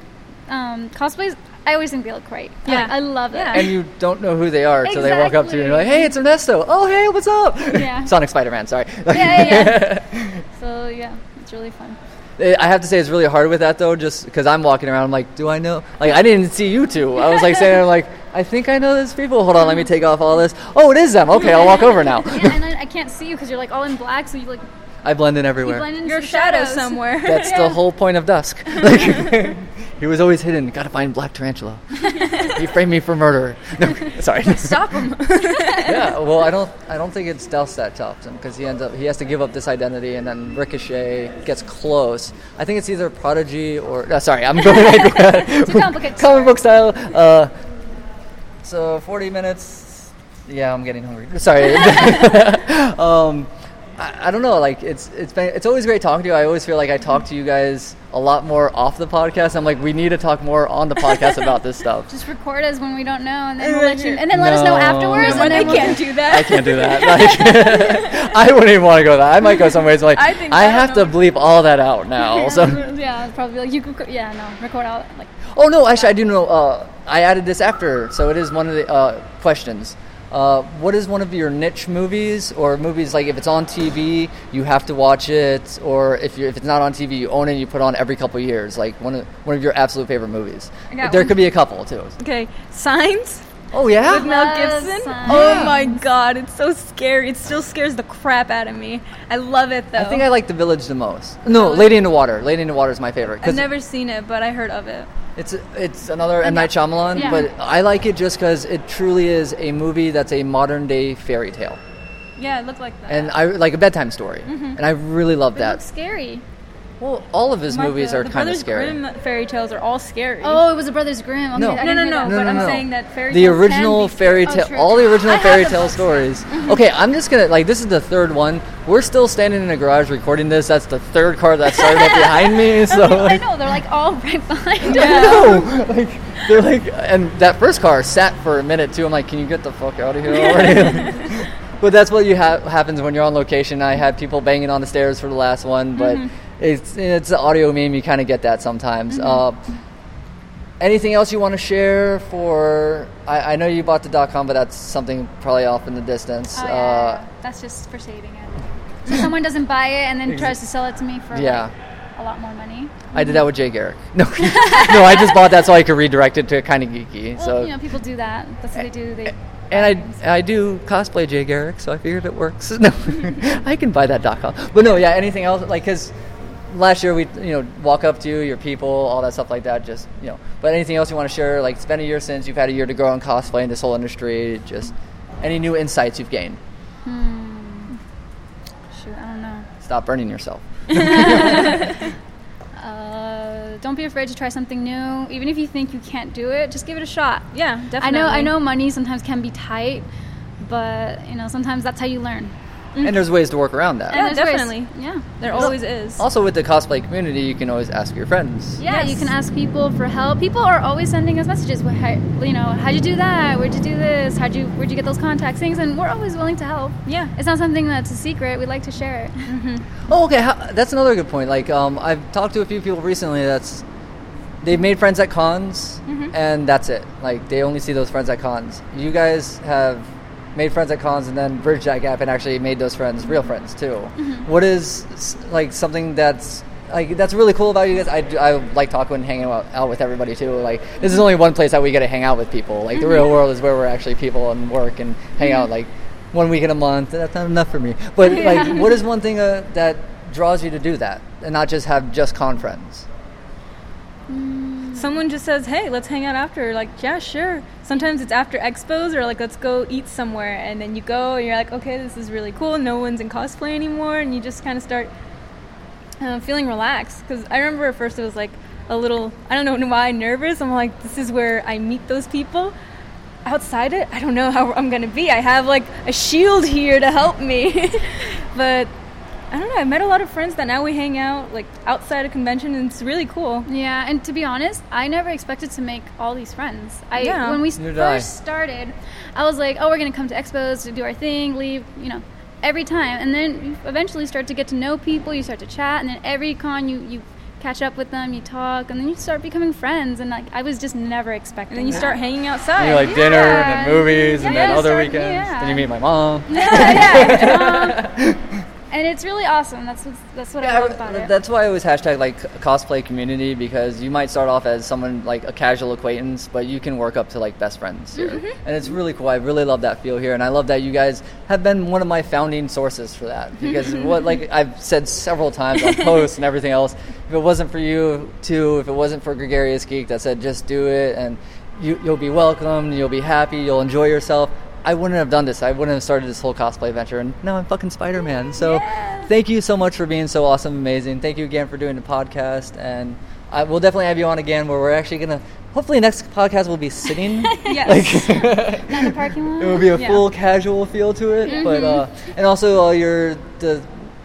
S2: um, cosplays, I always think they look great. I-
S3: Yeah.
S2: I, love it.
S3: Yeah.
S1: and you don't know who they are until they walk up to you and you're like, "Hey, it's Ernesto." Oh, hey, what's up?
S2: Yeah.
S1: Sonic Spider-Man. Sorry.
S2: yeah, yeah. yeah. so yeah, it's really fun.
S1: Eh, I have to say it's really hard with that though, just because I'm walking around. I'm like, do I know? Like, I didn't see you two. I was like standing there, like, I think I know these people. Hold on, let me take off all this. Oh, it is them. Okay, I'll walk over now.
S2: yeah, and I, I can't see you because you're like all in black, so you like
S1: I blend in
S2: you
S1: everywhere.
S2: blend into
S3: Your
S2: the
S3: shadow
S2: shadows.
S3: somewhere.
S1: That's the whole point of dusk. Like, he was always hidden. Gotta find Black Tarantula. he framed me for murder. No, sorry.
S3: Stop him.
S1: yeah. Well, I don't. I don't think it's Delst that stops him because he ends up. He has to give up this identity, and then Ricochet gets close. I think it's either Prodigy or. Uh, sorry, I'm going like
S2: Too complicated.
S1: comic book style. Uh, so 40 minutes. Yeah, I'm getting hungry. Sorry. um, I, I don't know. Like it's it's been it's always great talking to you. I always feel like I talk to you guys a lot more off the podcast. I'm like, we need to talk more on the podcast about this stuff.
S2: Just record us when we don't know, and then
S3: And
S2: we'll
S3: then
S2: let you,
S3: you-
S2: and then let us
S1: No.
S2: know afterwards.
S1: No,
S2: and
S3: I
S2: then we'll
S3: can't do that.
S1: I can't do that. Like, I wouldn't even want to go that. I might go some ways like
S3: I think
S1: I
S3: I don't
S1: have to
S3: know.
S1: bleep all that out now. So.
S2: yeah, it's probably like you could, yeah, no, record all like
S1: Oh no, actually, I do know. Uh, I added this after, so it is one of the uh, questions. Uh, what is one of your niche movies or movies like if it's on TV you have to watch it or if you if it's not on TV you own it and you put it on every couple years like one of one of your absolute favorite movies.
S3: I got
S1: There
S3: one.
S1: could be a couple too.
S3: okay, signs.
S1: Oh yeah.
S3: with Mel
S2: Love
S3: Gibson.
S2: Signs.
S3: Oh my god, it's so scary. It still scares the crap out of me. I love it though.
S1: I think I like The Village the most. No, Lady in the Water. Lady in the Water is my favorite
S3: have never seen it, but I heard of it.
S1: It's it's another M Night Shyamalan,
S2: Yeah.
S1: but I like it just because it truly is a movie that's a modern day fairy tale.
S3: Yeah, it looked like that.
S1: and I like a bedtime story, and I really love
S2: it looks
S1: that.
S2: scary.
S1: Well, all of his
S3: Like
S1: movies
S3: the-
S1: are
S3: the
S1: kind of
S3: Brothers
S1: scary.
S3: Grimm fairy tales are all scary.
S2: Oh, it was a Brothers Grimm. Okay,
S1: No. No,
S2: I didn't
S3: no,
S2: hear
S3: no,
S2: that.
S3: but I'm saying that fairy
S1: the
S3: tales can
S1: original
S3: be
S1: fairy
S2: Oh,
S1: tale,
S2: true.
S1: all the
S2: I
S1: original
S2: have
S1: fairy
S2: the
S1: tale
S2: books,
S1: stories. Okay, I'm just gonna like this is the third one. We're still standing in a garage recording this. That's the third car that started up behind me. So
S2: Oh, I
S1: like,
S2: know they're like all right behind
S1: I
S2: us.
S1: know, like they're like, and that first car sat for a minute too. I'm like, can you get the fuck out of here already? but that's what you ha- happens when you're on location. I had people banging on the stairs for the last one, but
S2: Mm-hmm.
S1: it's it's an audio meme. You kind of get that sometimes. Uh, anything else you want to share? For I, I know you bought the dot com, but that's something probably off in the distance.
S2: Oh, yeah,
S1: uh,
S2: yeah, yeah. That's just for saving it. So someone doesn't buy it and then tries to sell it to me for like,
S1: Yeah.
S2: a lot more
S1: I
S2: money. Mm-hmm.
S1: did that with Jay Garrick. No, no, I just bought that so I could redirect it to kind of geeky.
S2: Well,
S1: so
S2: you know, people do that. That's what they do. They
S1: And I, I do cosplay Jay Garrick, so I figured it works. No, I can buy that dot com. But no, yeah, anything else? Like, because last year we, you know, walk up to you, your people, all that stuff like that, just, you know. But anything else you want to share? Like, it's been a year since you've had a year to grow in cosplay in this whole industry. Just any new insights you've gained.
S2: Hmm. Shoot, I don't know.
S1: Stop burning yourself.
S2: Uh, don't be afraid to try something new. Even if you think you can't do it, just give it a shot.
S3: yeah, definitely.
S2: I know. I know. Money sometimes can be tight, but you know, sometimes that's how you learn.
S1: And there's ways to work around that.
S3: Yeah,
S2: And there's ways-
S3: definitely.
S2: Yeah.
S3: There always is.
S1: Also, with the cosplay community, you can always ask your friends.
S2: Yeah, you
S3: Yes.
S2: can ask people for help. People are always sending us messages. "Well, How, you know, how'd you do that? Where'd you do this? How'd you where'd you get those contacts? Things, and we're always willing to help.
S3: Yeah.
S2: It's not something that's a secret. We like to share it.
S1: Oh, okay. How, that's another good point. Like, um, I've talked to a few people recently. That's they've made friends at cons, and that's it. Like, they only see those friends at cons. You guys have made friends at cons, and then bridged that gap, and actually made those friends real friends too. What is s- like something that's like that's really cool about you guys. I, do- I like talking and hanging out, out with everybody too. Like this is only one place that we get to hang out with people. Like the real world is where we're actually people and work and hang out. Like one week in a month. That's not enough for me. But like, what is one thing uh, that draws you to do that and not just have just con friends?
S3: Someone just says, "Hey, let's hang out after." Like, yeah, sure. Sometimes it's after expos or like, let's go eat somewhere, and then you go and you're like, "Okay, this is really cool." No one's in cosplay anymore, and you just kind of start uh, feeling relaxed. Because I remember at first it was like a little, I don't know why, nervous. I'm like, "This is where I meet those people." Outside it, I don't know how I'm gonna be. I have like a shield here to help me, but. I don't know. I met a lot of friends that now we hang out like outside a convention, and it's really cool.
S2: Yeah, and to be honest, I never expected to make all these friends. I
S3: Yeah.
S2: when we
S1: Neither
S2: first
S1: did I.
S2: started, I was like, oh, we're gonna come to expos to do our thing, leave, you know, every time. And then you eventually start to get to know people, you start to chat, and then every con you you catch up with them, you talk, and then you start becoming friends. And like I was just never expecting.
S3: And then you
S2: that.
S3: start hanging outside.
S1: You know, like dinner and then
S2: Yeah.
S1: movies and
S2: Yeah,
S1: then other
S2: start-
S1: weekends.
S2: yeah.
S1: Then you meet my mom.
S2: yeah, yeah. Um, and and it's really awesome. That's what's, that's what I
S1: Yeah,
S2: love about it.
S1: that's why I always hashtag like cosplay community because you might start off as someone like a casual acquaintance, but you can work up to like best friends here,
S2: Mm-hmm.
S1: and it's really cool. I really love that feel here, and I love that you guys have been one of my founding sources for that because what like I've said several times on posts and everything else, if it wasn't for you too, if it wasn't for Gregarious Geek that said just do it and you, you'll be welcomed, you'll be happy, you'll enjoy yourself. I wouldn't have done this. I wouldn't have started this whole cosplay venture, and now I'm fucking Spider Man. So, thank you so much for being so awesome, amazing. Thank you again for doing the podcast, and I, we'll definitely have you on again. Where we're actually gonna, hopefully, next podcast will be sitting.
S3: Yes.
S2: Not in the parking lot.
S1: It would be a
S3: Yeah.
S1: full casual feel to it, but uh, and also uh, you're the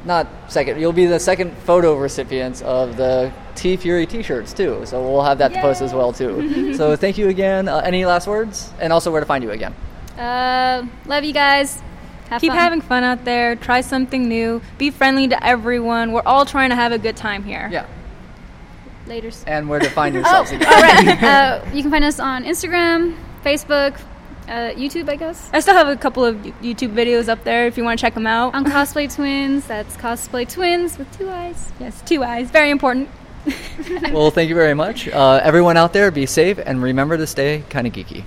S1: not second. You'll be the second photo recipients of the T Fury T-shirts too. So we'll have that to post as well too. so thank you again. Uh, any last words? And also where to find you again?
S2: Uh, love you guys. Have
S3: Keep
S2: fun.
S3: having fun out there. Try something new. Be friendly to everyone. We're all trying to have a good time here.
S1: Yeah,
S2: Laters.
S1: and where to find yourselves again?
S2: All right. Uh, you can find us on Instagram, Facebook, uh, YouTube, I guess.
S3: I still have a couple of Y- YouTube videos up there if you want to check them out.
S2: On Cosplay Twins. That's Cosplay Twins with two eyes.
S3: yes, two eyes. Very important.
S1: Well, thank you very much. Uh, everyone out there, be safe and remember to stay kind of geeky.